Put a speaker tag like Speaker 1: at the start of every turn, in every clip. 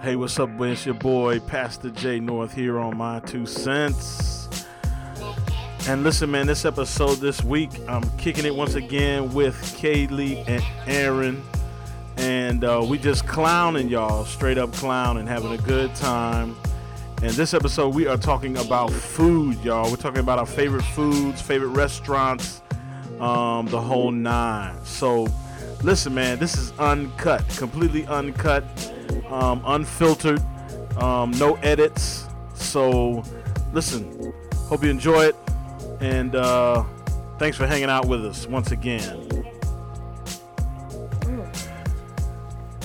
Speaker 1: Hey, what's up? It's your boy, Pastor J North, here on My Two Cents. And listen, man, this episode this week, I'm kicking it once again with Kaylee and Aaron. And uh, we just clowning y'all, straight up clowning, having a good time. And this episode, we are talking about food, y'all. We're talking about our favorite foods, favorite restaurants, um, the whole nine. So, listen, man, this is uncut, completely uncut, um, unfiltered, um, no edits. So, listen, hope you enjoy it, and uh, thanks for hanging out with us once again.
Speaker 2: Mm.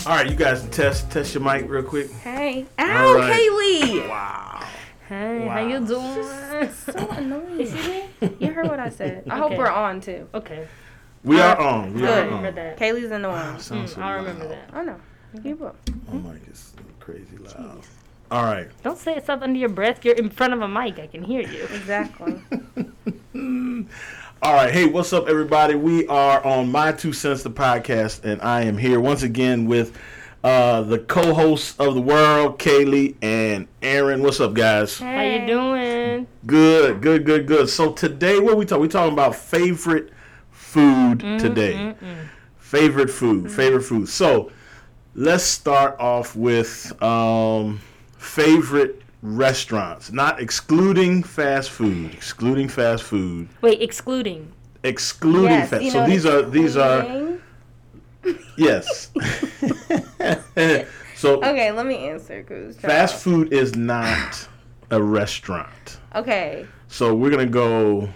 Speaker 1: All right, you guys, test test your mic real quick.
Speaker 3: Hey.
Speaker 1: All
Speaker 2: Ow,
Speaker 1: right.
Speaker 2: Kaylee!
Speaker 1: Wow.
Speaker 3: Hey, how you doing?
Speaker 2: So annoying.
Speaker 3: Excuse me? You heard what I said. I
Speaker 2: Okay.
Speaker 3: hope we're on too.
Speaker 2: Okay,
Speaker 1: We are on. We
Speaker 2: I
Speaker 1: are
Speaker 2: remember
Speaker 1: on.
Speaker 2: that.
Speaker 3: Kaylee's annoying.
Speaker 1: Sounds
Speaker 2: Mm,
Speaker 1: so
Speaker 2: Uh, I remember
Speaker 1: loud.
Speaker 2: that.
Speaker 3: Oh no. Keep up.
Speaker 1: My mic is crazy loud. All right.
Speaker 2: Don't say stuff under your breath. You're in front of a mic. I can hear you.
Speaker 3: Exactly.
Speaker 1: All right. Hey, what's up, everybody? We are on My Two Cents, the podcast, and I am here once again with uh, the co hosts of the world, Kaylee and Aaron. What's up, guys?
Speaker 2: How you doing?
Speaker 1: Good, good, good, good. So today, what we talk? We talking about favorite food today. Favorite food, favorite food. So let's start off with um, favorite restaurants, not excluding fast food, excluding fast food,
Speaker 2: Wait, excluding.
Speaker 1: excluding
Speaker 3: Yes,
Speaker 1: fast.
Speaker 3: you
Speaker 1: So
Speaker 3: know,
Speaker 1: these are these are
Speaker 3: Ding.
Speaker 1: yes. so
Speaker 3: Okay, let me answer, cause
Speaker 1: fast food is not a restaurant.
Speaker 3: Okay.
Speaker 1: So we're gonna go.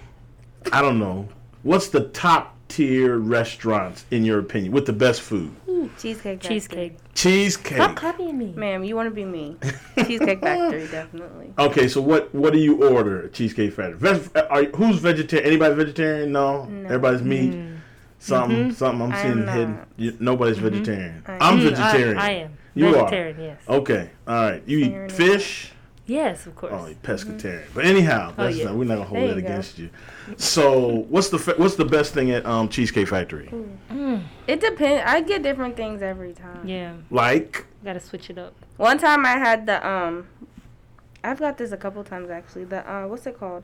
Speaker 1: I don't know. What's the top tier restaurants in your opinion with the best food?
Speaker 3: Cheesecake. Factory.
Speaker 2: Cheesecake. Stop
Speaker 1: Cheesecake.
Speaker 2: copying me.
Speaker 3: Ma'am, you want to be me? Cheesecake Factory, definitely.
Speaker 1: Okay, so what what do you order? at Cheesecake Factory. Veg, are, who's vegetarian? Anybody vegetarian? No. Everybody's meat. Something something. I'm
Speaker 3: Mm-hmm. I'm
Speaker 1: seeing hidden.
Speaker 3: not. Mm-hmm.
Speaker 1: You, nobody's vegetarian.
Speaker 3: I-
Speaker 1: I'm
Speaker 2: Mm, I-
Speaker 1: vegetarian.
Speaker 2: I, am.
Speaker 1: You are. Oh.
Speaker 2: vegetarian, yes.
Speaker 1: Okay. All right. You
Speaker 3: Fair
Speaker 1: eat
Speaker 3: enough. Mm-hmm.
Speaker 1: fish.
Speaker 2: Yes, of course.
Speaker 1: Oh, you pescatarian. But anyhow,
Speaker 2: Oh,
Speaker 1: that's
Speaker 2: yeah.
Speaker 1: not, we're not gonna hold
Speaker 3: There
Speaker 1: that
Speaker 3: you go.
Speaker 1: against you. So what's the fa- what's the best thing at um, Cheesecake Factory?
Speaker 3: It depends. I get different things every time.
Speaker 2: Mm. Yeah,
Speaker 1: Like.
Speaker 2: gotta switch it up.
Speaker 3: One time I had the um, I've got this a couple times actually. The uh, what's it called?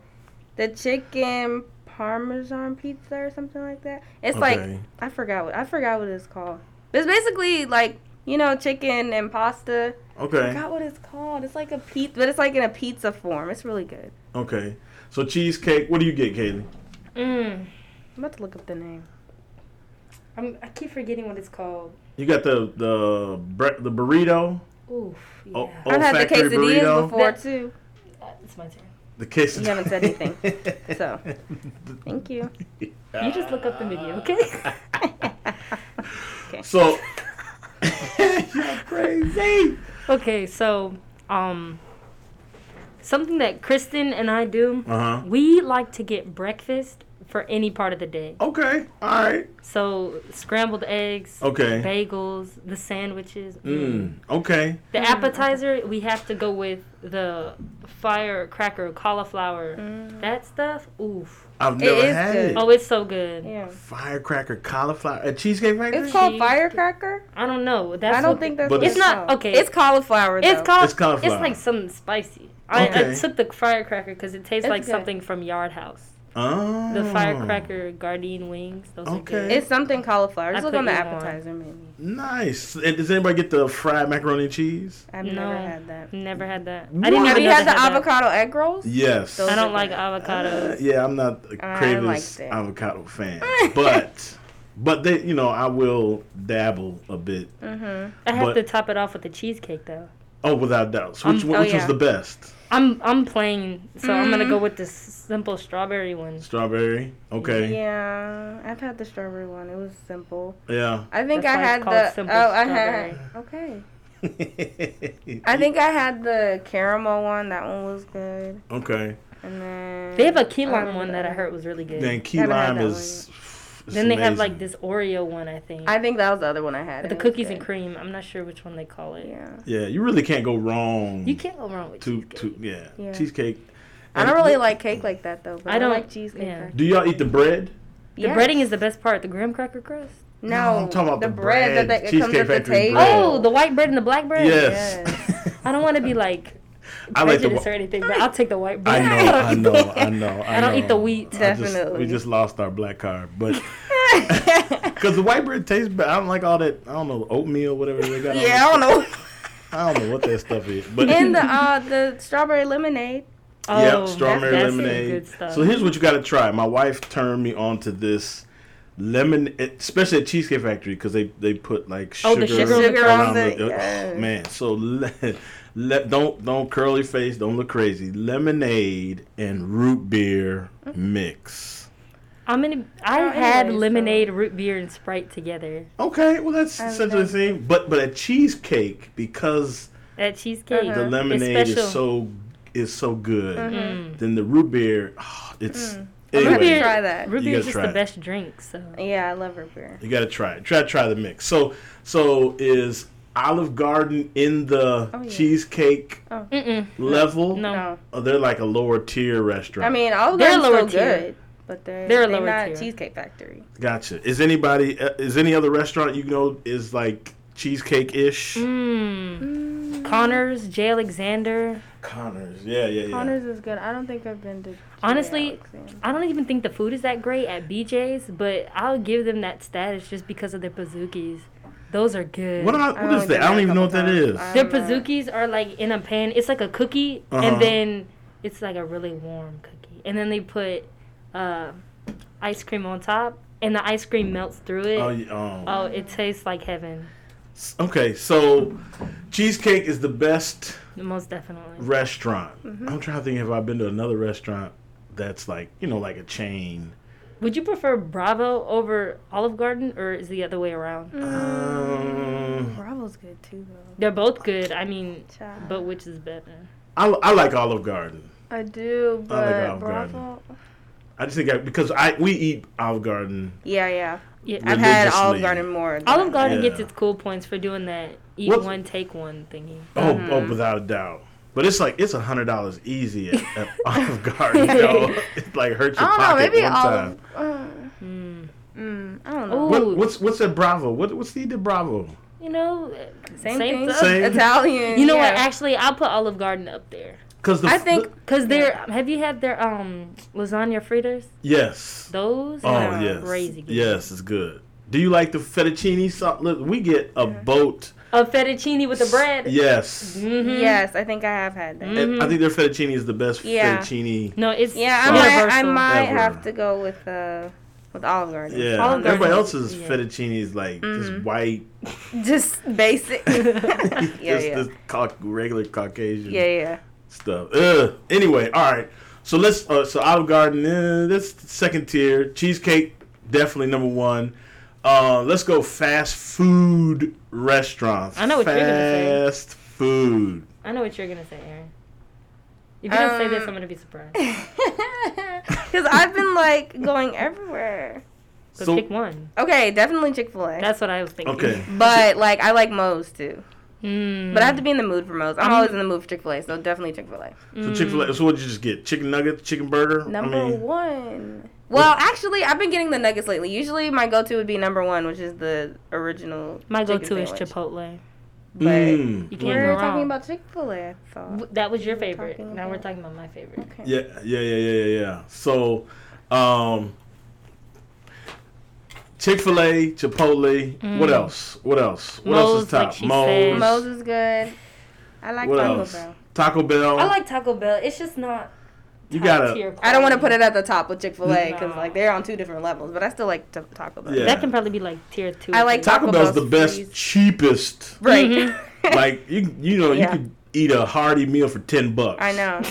Speaker 3: The chicken parmesan pizza or something like that. It's like
Speaker 1: Okay.
Speaker 3: I forgot what I forgot what it's called. It's basically like you know chicken and pasta. I
Speaker 1: Okay.
Speaker 3: forgot what it's called. It's like a pizza, but it's like in a pizza form. It's really good.
Speaker 1: Okay. So cheesecake. What do you get, Kaylee?
Speaker 2: Mm.
Speaker 3: I'm about to look up the name.
Speaker 2: I'm, I keep forgetting what it's called.
Speaker 1: You got the the bre- the burrito,
Speaker 2: Oof. Yeah.
Speaker 1: Oh, oh.
Speaker 3: I've had the
Speaker 1: Olfactory
Speaker 3: quesadillas
Speaker 1: burrito?
Speaker 3: before
Speaker 2: That-
Speaker 3: too.
Speaker 2: Uh, It's my turn.
Speaker 1: the quesadilla.
Speaker 3: You haven't said anything, so. Thank you.
Speaker 2: You just look up the video, okay?
Speaker 1: So. You're crazy.
Speaker 2: okay, so um, something that Kristen and I do.
Speaker 1: Uh huh.
Speaker 2: We like to get breakfast for any part of the day.
Speaker 1: Okay. All right.
Speaker 2: So scrambled eggs,
Speaker 1: Okay.
Speaker 2: bagels, the sandwiches.
Speaker 1: Mm. Okay.
Speaker 2: The appetizer we have to go with the firecracker cauliflower.
Speaker 3: Mm.
Speaker 2: That stuff, oof.
Speaker 1: I've never
Speaker 3: is
Speaker 1: had
Speaker 3: good.
Speaker 1: it.
Speaker 2: Oh, it's so good.
Speaker 3: Yeah.
Speaker 1: Firecracker cauliflower at Cheesecake Factory.
Speaker 3: It's called
Speaker 2: Cheese-
Speaker 3: firecracker.
Speaker 2: I don't know. That's
Speaker 3: I don't
Speaker 2: what-
Speaker 3: think that's.
Speaker 1: But
Speaker 3: what
Speaker 1: it's
Speaker 2: not-
Speaker 3: called.
Speaker 2: okay.
Speaker 3: It's cauliflower.
Speaker 2: it's
Speaker 3: though.
Speaker 2: called.
Speaker 1: It's
Speaker 2: It's
Speaker 1: cauliflower.
Speaker 2: like something spicy. I,
Speaker 1: Okay.
Speaker 2: I took the firecracker because it tastes
Speaker 3: It's
Speaker 2: like
Speaker 3: good.
Speaker 2: something from Yard House.
Speaker 1: Oh.
Speaker 2: The firecracker guardian wings. Those
Speaker 1: Okay.
Speaker 2: are good.
Speaker 3: It's something cauliflower. Just
Speaker 2: I
Speaker 3: look
Speaker 2: put
Speaker 3: on the
Speaker 2: you on.
Speaker 3: appetizer menu.
Speaker 1: Nice. And Does anybody get the fried macaroni and cheese?
Speaker 3: I've
Speaker 2: No.
Speaker 3: never had that.
Speaker 2: Never had that.
Speaker 1: What?
Speaker 2: I didn't even
Speaker 3: Have you
Speaker 2: know
Speaker 3: had
Speaker 2: they
Speaker 3: the
Speaker 2: had that.
Speaker 3: avocado egg rolls?
Speaker 1: Yes.
Speaker 3: Those
Speaker 2: I don't
Speaker 3: are
Speaker 2: like
Speaker 3: good.
Speaker 2: avocados.
Speaker 1: Uh, yeah, I'm not a
Speaker 3: I
Speaker 1: craveless
Speaker 3: liked it.
Speaker 1: avocado fan, but but they, you know, I will dabble a bit.
Speaker 3: Mm-hmm.
Speaker 2: I have
Speaker 1: But-
Speaker 2: to top it off with the cheesecake though.
Speaker 1: Oh, without doubt. So which
Speaker 2: Um,
Speaker 1: one
Speaker 3: oh,
Speaker 1: which was
Speaker 3: yeah.
Speaker 1: the best?
Speaker 2: I'm I'm plain, so I'm gonna
Speaker 3: Mhm.
Speaker 2: go with this simple strawberry one.
Speaker 1: Strawberry. Okay.
Speaker 3: Yeah, I've had the strawberry one. It was simple.
Speaker 1: Yeah.
Speaker 3: I think
Speaker 2: That's
Speaker 3: I
Speaker 2: why it's
Speaker 3: had
Speaker 2: called
Speaker 3: the.
Speaker 2: simple
Speaker 3: oh, I had. Okay. I think I had the caramel one. That one was good.
Speaker 1: okay.
Speaker 3: And then
Speaker 2: They have a key
Speaker 3: I
Speaker 2: lime
Speaker 3: don't
Speaker 2: one that I
Speaker 3: know.
Speaker 2: heard was really good.
Speaker 1: Then key
Speaker 3: Haven't had
Speaker 1: lime
Speaker 3: that
Speaker 1: is. is
Speaker 2: then they have like
Speaker 1: amazing.
Speaker 2: this Oreo one, I think.
Speaker 3: I think that was the other one I had.
Speaker 2: with the
Speaker 3: It was
Speaker 2: cookies
Speaker 3: good.
Speaker 2: and cream. I'm not sure which one they call it.
Speaker 3: Yeah.
Speaker 1: Yeah, you really can't go wrong.
Speaker 2: You can't go wrong with
Speaker 1: To
Speaker 2: cheesecake.
Speaker 1: to yeah,
Speaker 3: Yeah.
Speaker 1: cheesecake.
Speaker 3: I don't really like cake like that though. But
Speaker 2: I
Speaker 3: I
Speaker 2: don't-
Speaker 3: don't like cheesecake.
Speaker 2: yeah.
Speaker 3: crackers.
Speaker 1: Do y'all eat the bread?
Speaker 2: The
Speaker 3: Yes.
Speaker 2: breading is the best part. The graham cracker crust.
Speaker 3: No,
Speaker 1: I'm talking about the bread,
Speaker 3: that, that
Speaker 1: Cheesecake
Speaker 3: comes at the
Speaker 1: Factory
Speaker 3: table.
Speaker 1: bread.
Speaker 2: Oh, the white bread and the black bread.
Speaker 1: Yes.
Speaker 2: I don't want to be like
Speaker 1: I like the.
Speaker 2: prejudice
Speaker 1: wa-
Speaker 2: or anything, but I'll take the white bread.
Speaker 1: I know, I know, I know.
Speaker 2: I don't eat the
Speaker 1: know.
Speaker 2: wheat.
Speaker 1: I just-
Speaker 3: Definitely.
Speaker 1: we just lost our black card, but because the white bread tastes bad. I don't like all that. I don't know oatmeal, whatever they got. on
Speaker 3: yeah, I
Speaker 1: it.
Speaker 3: don't know.
Speaker 1: I don't know what that stuff is, but
Speaker 3: And the uh, the strawberry lemonade.
Speaker 2: Oh,
Speaker 1: yep, strawberry
Speaker 2: that's, that's some
Speaker 1: lemonade.
Speaker 2: Good stuff.
Speaker 1: So here's what you got to try. My wife turned me on to this lemon, especially at Cheesecake Factory because they they put like
Speaker 2: Oh,
Speaker 1: sugar,
Speaker 2: the sugar Sugar
Speaker 3: on
Speaker 1: around
Speaker 3: the-
Speaker 1: the, oh,
Speaker 3: yes.
Speaker 1: man. So le, le, don't don't curl your face. Don't look crazy. Lemonade and root beer mix.
Speaker 2: I'm gonna. I
Speaker 3: Oh,
Speaker 2: had
Speaker 3: anyway, so-
Speaker 2: lemonade, root beer, and Sprite together
Speaker 1: Okay, well that's essentially the
Speaker 3: Okay.
Speaker 1: same. But but at Cheesecake because
Speaker 2: at cheesecake.
Speaker 3: Uh-huh.
Speaker 1: the
Speaker 3: It's
Speaker 1: lemonade
Speaker 2: special.
Speaker 1: is so is so good,
Speaker 2: Mm.
Speaker 1: then the root beer oh, it's.
Speaker 3: I'm
Speaker 1: Anyway,
Speaker 3: gonna
Speaker 2: beer-
Speaker 3: try that.
Speaker 2: Mm. Root
Speaker 1: You
Speaker 2: beer
Speaker 1: gotta
Speaker 2: is just
Speaker 1: try
Speaker 2: the
Speaker 1: it.
Speaker 2: best drink. So
Speaker 3: Yeah, I love root beer.
Speaker 1: You gotta try it. Try try the mix. So so is Olive Garden in the
Speaker 3: Oh, yeah.
Speaker 1: cheesecake
Speaker 2: Mm-mm.
Speaker 1: level?
Speaker 2: No.
Speaker 3: No,
Speaker 1: Oh, they're like a lower tier restaurant.
Speaker 3: I mean all of
Speaker 2: They're
Speaker 3: them still
Speaker 2: lower tier.
Speaker 3: good, but they're
Speaker 2: They're
Speaker 3: they're,
Speaker 2: lower
Speaker 3: not
Speaker 2: tier.
Speaker 3: Cheesecake Factory.
Speaker 1: gotcha. Is anybody uh, is any other restaurant you know is like cheesecake ish?
Speaker 2: Mm. Connors, J. Alexander.
Speaker 1: Connors. Yeah, yeah, yeah.
Speaker 3: Connors is good. I don't think I've been to. Jay
Speaker 2: Honestly,
Speaker 3: Alexander.
Speaker 2: I don't even think the food is that great at BJ's, but I'll give them that status just because of their pazookies. Those are good.
Speaker 1: What are,
Speaker 3: I've
Speaker 1: what
Speaker 3: only
Speaker 1: is that?
Speaker 3: been
Speaker 1: I don't
Speaker 3: there a
Speaker 1: even know what
Speaker 3: couple
Speaker 1: that is.
Speaker 3: times.
Speaker 2: their
Speaker 3: I'm not-
Speaker 2: pazookies are like in a pan. It's like a cookie,
Speaker 1: Uh-huh.
Speaker 2: and then it's like a really warm cookie, and then they put uh, ice cream on top, and the ice cream melts through it.
Speaker 1: Oh, yeah, um,
Speaker 2: Oh, it tastes like heaven,
Speaker 1: s- Okay, so cheesecake is the best
Speaker 2: most definitely.
Speaker 1: restaurant. I'm trying to think if I've been to another restaurant that's like you know like a chain.
Speaker 2: Would you prefer Bravo over Olive Garden, or is the other way around?
Speaker 3: Mm.
Speaker 1: Um,
Speaker 3: Bravo's good too though.
Speaker 2: They're both good. I mean,
Speaker 3: Child.
Speaker 2: but which is better?
Speaker 1: I, I like Olive Garden.
Speaker 3: I do, but
Speaker 1: Olive Garden.
Speaker 3: Bravo.
Speaker 1: I just think I, because I we eat Olive Garden.
Speaker 3: Yeah, yeah.
Speaker 2: Yeah,
Speaker 3: I've had Olive
Speaker 1: Religiously.
Speaker 3: Garden more. than
Speaker 2: Olive
Speaker 3: I like.
Speaker 2: Garden
Speaker 1: Yeah.
Speaker 2: gets its cool points for doing that eat
Speaker 1: What's-
Speaker 2: one take one thingy.
Speaker 1: Oh, oh,
Speaker 3: Mm-hmm.
Speaker 1: without a doubt. But it's like it's a hundred dollars easy at, at Olive Garden. Yo. It like hurts your
Speaker 3: I don't know.
Speaker 1: pocket
Speaker 3: Maybe
Speaker 1: one
Speaker 3: Olive.
Speaker 1: time.
Speaker 3: Mm,
Speaker 2: Mm.
Speaker 3: mm, I don't know.
Speaker 2: Ooh.
Speaker 1: What, what's what's at Bravo? What what's the at Bravo?
Speaker 2: You know, uh,
Speaker 3: Same,
Speaker 2: same
Speaker 3: thing.
Speaker 2: stuff.
Speaker 1: Same.
Speaker 3: Italian.
Speaker 2: You know
Speaker 3: yeah.
Speaker 2: what? Actually, I'll put Olive Garden up there
Speaker 1: Because
Speaker 3: I think
Speaker 2: because they're. Have you had their um lasagna fritters?
Speaker 1: yes.
Speaker 2: Those
Speaker 1: Oh
Speaker 2: are
Speaker 1: yes.
Speaker 2: crazy good.
Speaker 1: Yes, it's good. Do you like the fettuccine sauce? Look, we get a boat.
Speaker 2: A fettuccine with the bread.
Speaker 1: Yes.
Speaker 2: Mhm.
Speaker 3: Yes, I think I have had that.
Speaker 2: Mm.
Speaker 1: And I think their fettuccine is the best
Speaker 3: Mm-hmm. Yeah.
Speaker 1: fettuccine.
Speaker 2: No, it's
Speaker 3: Yeah, I
Speaker 1: So-
Speaker 3: might, I
Speaker 2: universal.
Speaker 3: might
Speaker 1: Ever.
Speaker 3: have to go with uh with Olive Garden. Mm-hmm.
Speaker 1: Yeah.
Speaker 2: Olive
Speaker 1: Everybody
Speaker 2: Garden.
Speaker 1: else's
Speaker 2: Yeah.
Speaker 1: fettuccine is like just white
Speaker 3: Just basic. yeah,
Speaker 1: just
Speaker 3: yeah.
Speaker 1: this cau- regular Caucasian
Speaker 3: yeah, yeah.
Speaker 1: stuff. Ugh. Anyway, all right. So let's. Uh, so Olive Garden, eh, that's second tier. Cheesecake, definitely number one. Uh, let's go fast food restaurants.
Speaker 2: I know what you're gonna say.
Speaker 1: Fast food.
Speaker 2: I know what you're gonna say, Aaron. If you don't say this,
Speaker 3: Um,
Speaker 2: I'm gonna be surprised.
Speaker 3: Because I've been like going everywhere.
Speaker 2: So,
Speaker 1: So-
Speaker 2: pick one.
Speaker 3: Okay, definitely Chick Fil A.
Speaker 2: That's what I was thinking.
Speaker 1: Okay.
Speaker 3: But like I like Moe's too.
Speaker 2: Mm.
Speaker 3: But I have to be in the mood for Moe's. I'm
Speaker 2: I'm-
Speaker 3: always in the mood for Chick Fil A, so definitely Chick Fil A.
Speaker 1: So Chick Fil A. So what did you just get? Chicken nuggets, chicken burger.
Speaker 3: Number
Speaker 1: I mean,
Speaker 3: one. Well, actually, I've been getting the nuggets lately. Usually, my go-to would be number one, which is the original.
Speaker 2: My
Speaker 3: chicken
Speaker 2: go-to is
Speaker 3: sandwich.
Speaker 2: Chipotle.
Speaker 3: But
Speaker 1: mm.
Speaker 2: You can't
Speaker 3: we're
Speaker 2: go wrong.
Speaker 3: talking about Chick Fil A. I thought.
Speaker 2: W- That was your
Speaker 3: were
Speaker 2: favorite.
Speaker 3: talking
Speaker 2: Now we're
Speaker 3: about-
Speaker 2: talking about my favorite.
Speaker 3: Okay.
Speaker 1: Yeah, yeah, yeah, yeah, yeah, yeah. So, um, Chick Fil A, Chipotle. What
Speaker 2: Mm.
Speaker 1: else? What else? What else is
Speaker 2: Moe's, like
Speaker 1: top?
Speaker 2: she
Speaker 1: Moe's.
Speaker 2: said.
Speaker 3: Moe's is good. I like
Speaker 1: what
Speaker 3: Taco
Speaker 1: else?
Speaker 3: Bell.
Speaker 1: Taco Bell.
Speaker 2: I like Taco Bell. It's just not.
Speaker 1: you
Speaker 2: top
Speaker 1: gotta.
Speaker 2: tier
Speaker 3: I don't want to
Speaker 2: quality.
Speaker 3: put it at the top with Chick Fil A because
Speaker 2: No.
Speaker 3: like they're on two different levels, but I still like t- Taco Bell.
Speaker 1: Yeah.
Speaker 2: That can probably be like tier two.
Speaker 3: I
Speaker 2: or
Speaker 3: like
Speaker 2: three.
Speaker 1: Taco,
Speaker 3: Taco
Speaker 1: Bell's the
Speaker 3: Bell's
Speaker 1: best,
Speaker 3: freeze.
Speaker 1: cheapest.
Speaker 3: Right.
Speaker 2: Mhm.
Speaker 1: like you, you know,
Speaker 3: Yeah.
Speaker 1: you could eat a hearty meal for ten bucks.
Speaker 3: I know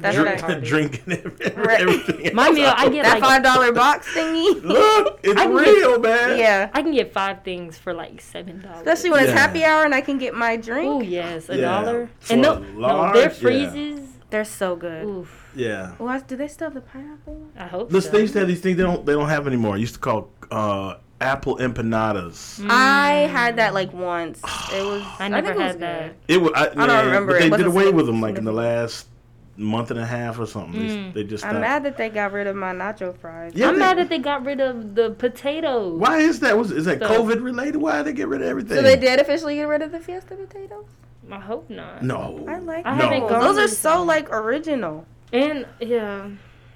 Speaker 3: That's
Speaker 2: Very
Speaker 3: right.
Speaker 1: Drink,
Speaker 2: hard.
Speaker 1: drinking every-
Speaker 3: Right.
Speaker 1: everything.
Speaker 2: My
Speaker 1: else
Speaker 2: meal, I
Speaker 1: out.
Speaker 2: get
Speaker 3: that
Speaker 2: like
Speaker 3: five dollar box thingy.
Speaker 1: Look, it's
Speaker 2: I can get-
Speaker 1: real, man.
Speaker 3: yeah.
Speaker 2: I can get five things for like seven dollars.
Speaker 3: Especially when it's
Speaker 1: Yeah.
Speaker 3: happy hour and I can get my drink.
Speaker 2: Oh yes, a
Speaker 1: Yeah,
Speaker 2: dollar.
Speaker 1: for
Speaker 2: And
Speaker 1: a
Speaker 2: no, no, their
Speaker 1: large, yeah.
Speaker 2: freezes.
Speaker 3: They're so good.
Speaker 2: Oof.
Speaker 1: Yeah.
Speaker 3: Well, do they still have the pineapple? one?
Speaker 2: I hope.
Speaker 1: Listen,
Speaker 2: so.
Speaker 1: they used to have these things they don't they don't have anymore. I used to call uh, apple empanadas.
Speaker 3: I had that like once. It was.
Speaker 2: Mm. I
Speaker 3: think
Speaker 2: never
Speaker 3: it was
Speaker 2: had that.
Speaker 3: good.
Speaker 1: It was I, man,
Speaker 3: remember.
Speaker 1: But
Speaker 3: It
Speaker 1: they did away
Speaker 3: wasn't significant-
Speaker 1: with them like in the last month and a half or something. They-
Speaker 2: Mm.
Speaker 1: They, just
Speaker 3: I'm
Speaker 1: stopped.
Speaker 3: mad that they got rid of my nacho fries.
Speaker 1: Yeah,
Speaker 2: I'm
Speaker 1: they-
Speaker 2: mad that they got rid of the potatoes.
Speaker 1: Why is that? Was is that
Speaker 2: So-
Speaker 1: COVID related? Why did they get rid of everything?
Speaker 3: So they did officially get rid of the Fiesta potatoes.
Speaker 2: I hope not.
Speaker 1: No.
Speaker 3: I like
Speaker 2: I
Speaker 1: No.
Speaker 3: those.
Speaker 1: haven't
Speaker 2: gone
Speaker 3: Those are
Speaker 2: to-
Speaker 3: so like original.
Speaker 2: And yeah,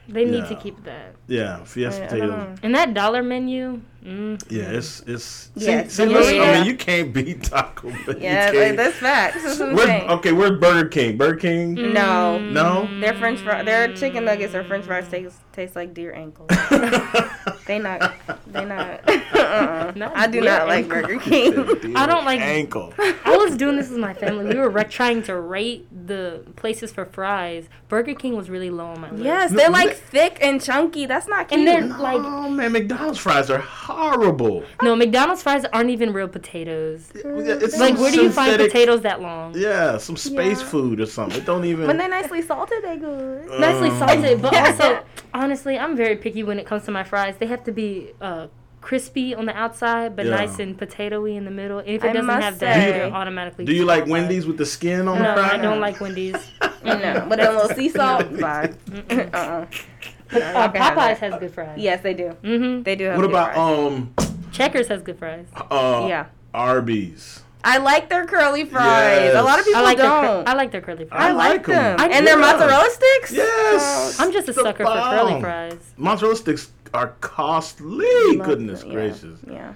Speaker 2: they need to
Speaker 1: Yeah.
Speaker 2: keep that.
Speaker 1: Yeah, fiesta
Speaker 3: Like, I don't
Speaker 1: potatoes.
Speaker 3: know.
Speaker 2: And that dollar menu. Mm,
Speaker 1: Yeah, it's it's.
Speaker 3: Yes,
Speaker 1: See, see
Speaker 3: yeah,
Speaker 1: listen, I
Speaker 2: yeah.
Speaker 1: mean, you can't beat Taco Bell. You
Speaker 3: Yeah, like,
Speaker 1: can't-
Speaker 3: that's facts. That's Mm. what I'm
Speaker 1: Where's-
Speaker 3: saying.
Speaker 1: okay, where's Burger King? Burger King.
Speaker 3: No.
Speaker 1: No?
Speaker 3: Their French fry, their chicken nuggets or French fries taste taste like deer ankles. They not, they not. uh-uh.
Speaker 2: Not
Speaker 3: I do
Speaker 2: deer
Speaker 3: not like
Speaker 2: ankles.
Speaker 3: Burger King.
Speaker 2: I don't like-
Speaker 1: ankle.
Speaker 2: I was doing this with my family. We were re- trying to rate the places for fries. Burger King was really low on my list.
Speaker 3: yes,
Speaker 1: No,
Speaker 3: they're
Speaker 1: they-
Speaker 3: like thick and chunky. That's not cute.
Speaker 2: And they're like,
Speaker 1: Oh man, McDonald's fries are horrible.
Speaker 2: no, McDonald's fries aren't even real potatoes.
Speaker 1: Yeah, It's
Speaker 2: Like,
Speaker 1: some
Speaker 2: where do you find
Speaker 1: synthetic-
Speaker 2: potatoes that long?
Speaker 1: Yeah, some space
Speaker 3: Yeah.
Speaker 1: food or something. It don't even.
Speaker 3: when they're nicely salted, they good.
Speaker 2: Nicely
Speaker 1: Um,
Speaker 2: salted, but also, honestly, I'm very picky when it comes to my fries. They have to be uh, crispy on the outside, but
Speaker 1: Yeah.
Speaker 2: nice and potatoy in the middle. And if it
Speaker 3: I
Speaker 2: doesn't
Speaker 3: must
Speaker 2: have that,
Speaker 3: say-
Speaker 2: they're automatically.
Speaker 1: Do you like
Speaker 2: disqualified.
Speaker 1: Wendy's with the skin on
Speaker 2: No,
Speaker 1: the fry?
Speaker 2: I don't like Wendy's.
Speaker 3: No, with a little sea salt. Bye. uh-uh.
Speaker 2: But,
Speaker 3: No,
Speaker 2: uh,
Speaker 3: I can have
Speaker 2: Popeyes
Speaker 3: that.
Speaker 2: has good fries.
Speaker 3: Yes, they do.
Speaker 2: Mm-hmm.
Speaker 3: They do have.
Speaker 1: What
Speaker 3: good
Speaker 1: about
Speaker 3: fries.
Speaker 1: um
Speaker 2: Checkers has good fries.
Speaker 1: uh
Speaker 3: Yeah.
Speaker 1: Arby's?
Speaker 3: I like their curly fries. A lot
Speaker 1: Yes.
Speaker 3: of people
Speaker 2: I like their cur-
Speaker 3: don't.
Speaker 2: I like their curly fries.
Speaker 3: I,
Speaker 1: I
Speaker 3: like,
Speaker 1: like 'em.
Speaker 3: them.
Speaker 2: I
Speaker 3: and their
Speaker 1: do.
Speaker 3: mozzarella sticks. Oh,
Speaker 1: Yes.
Speaker 2: I'm just a
Speaker 1: The
Speaker 2: sucker for curly
Speaker 1: bomb.
Speaker 2: fries.
Speaker 1: Mozzarella sticks are costly. Goodness
Speaker 3: yeah.
Speaker 1: gracious.
Speaker 3: Yeah.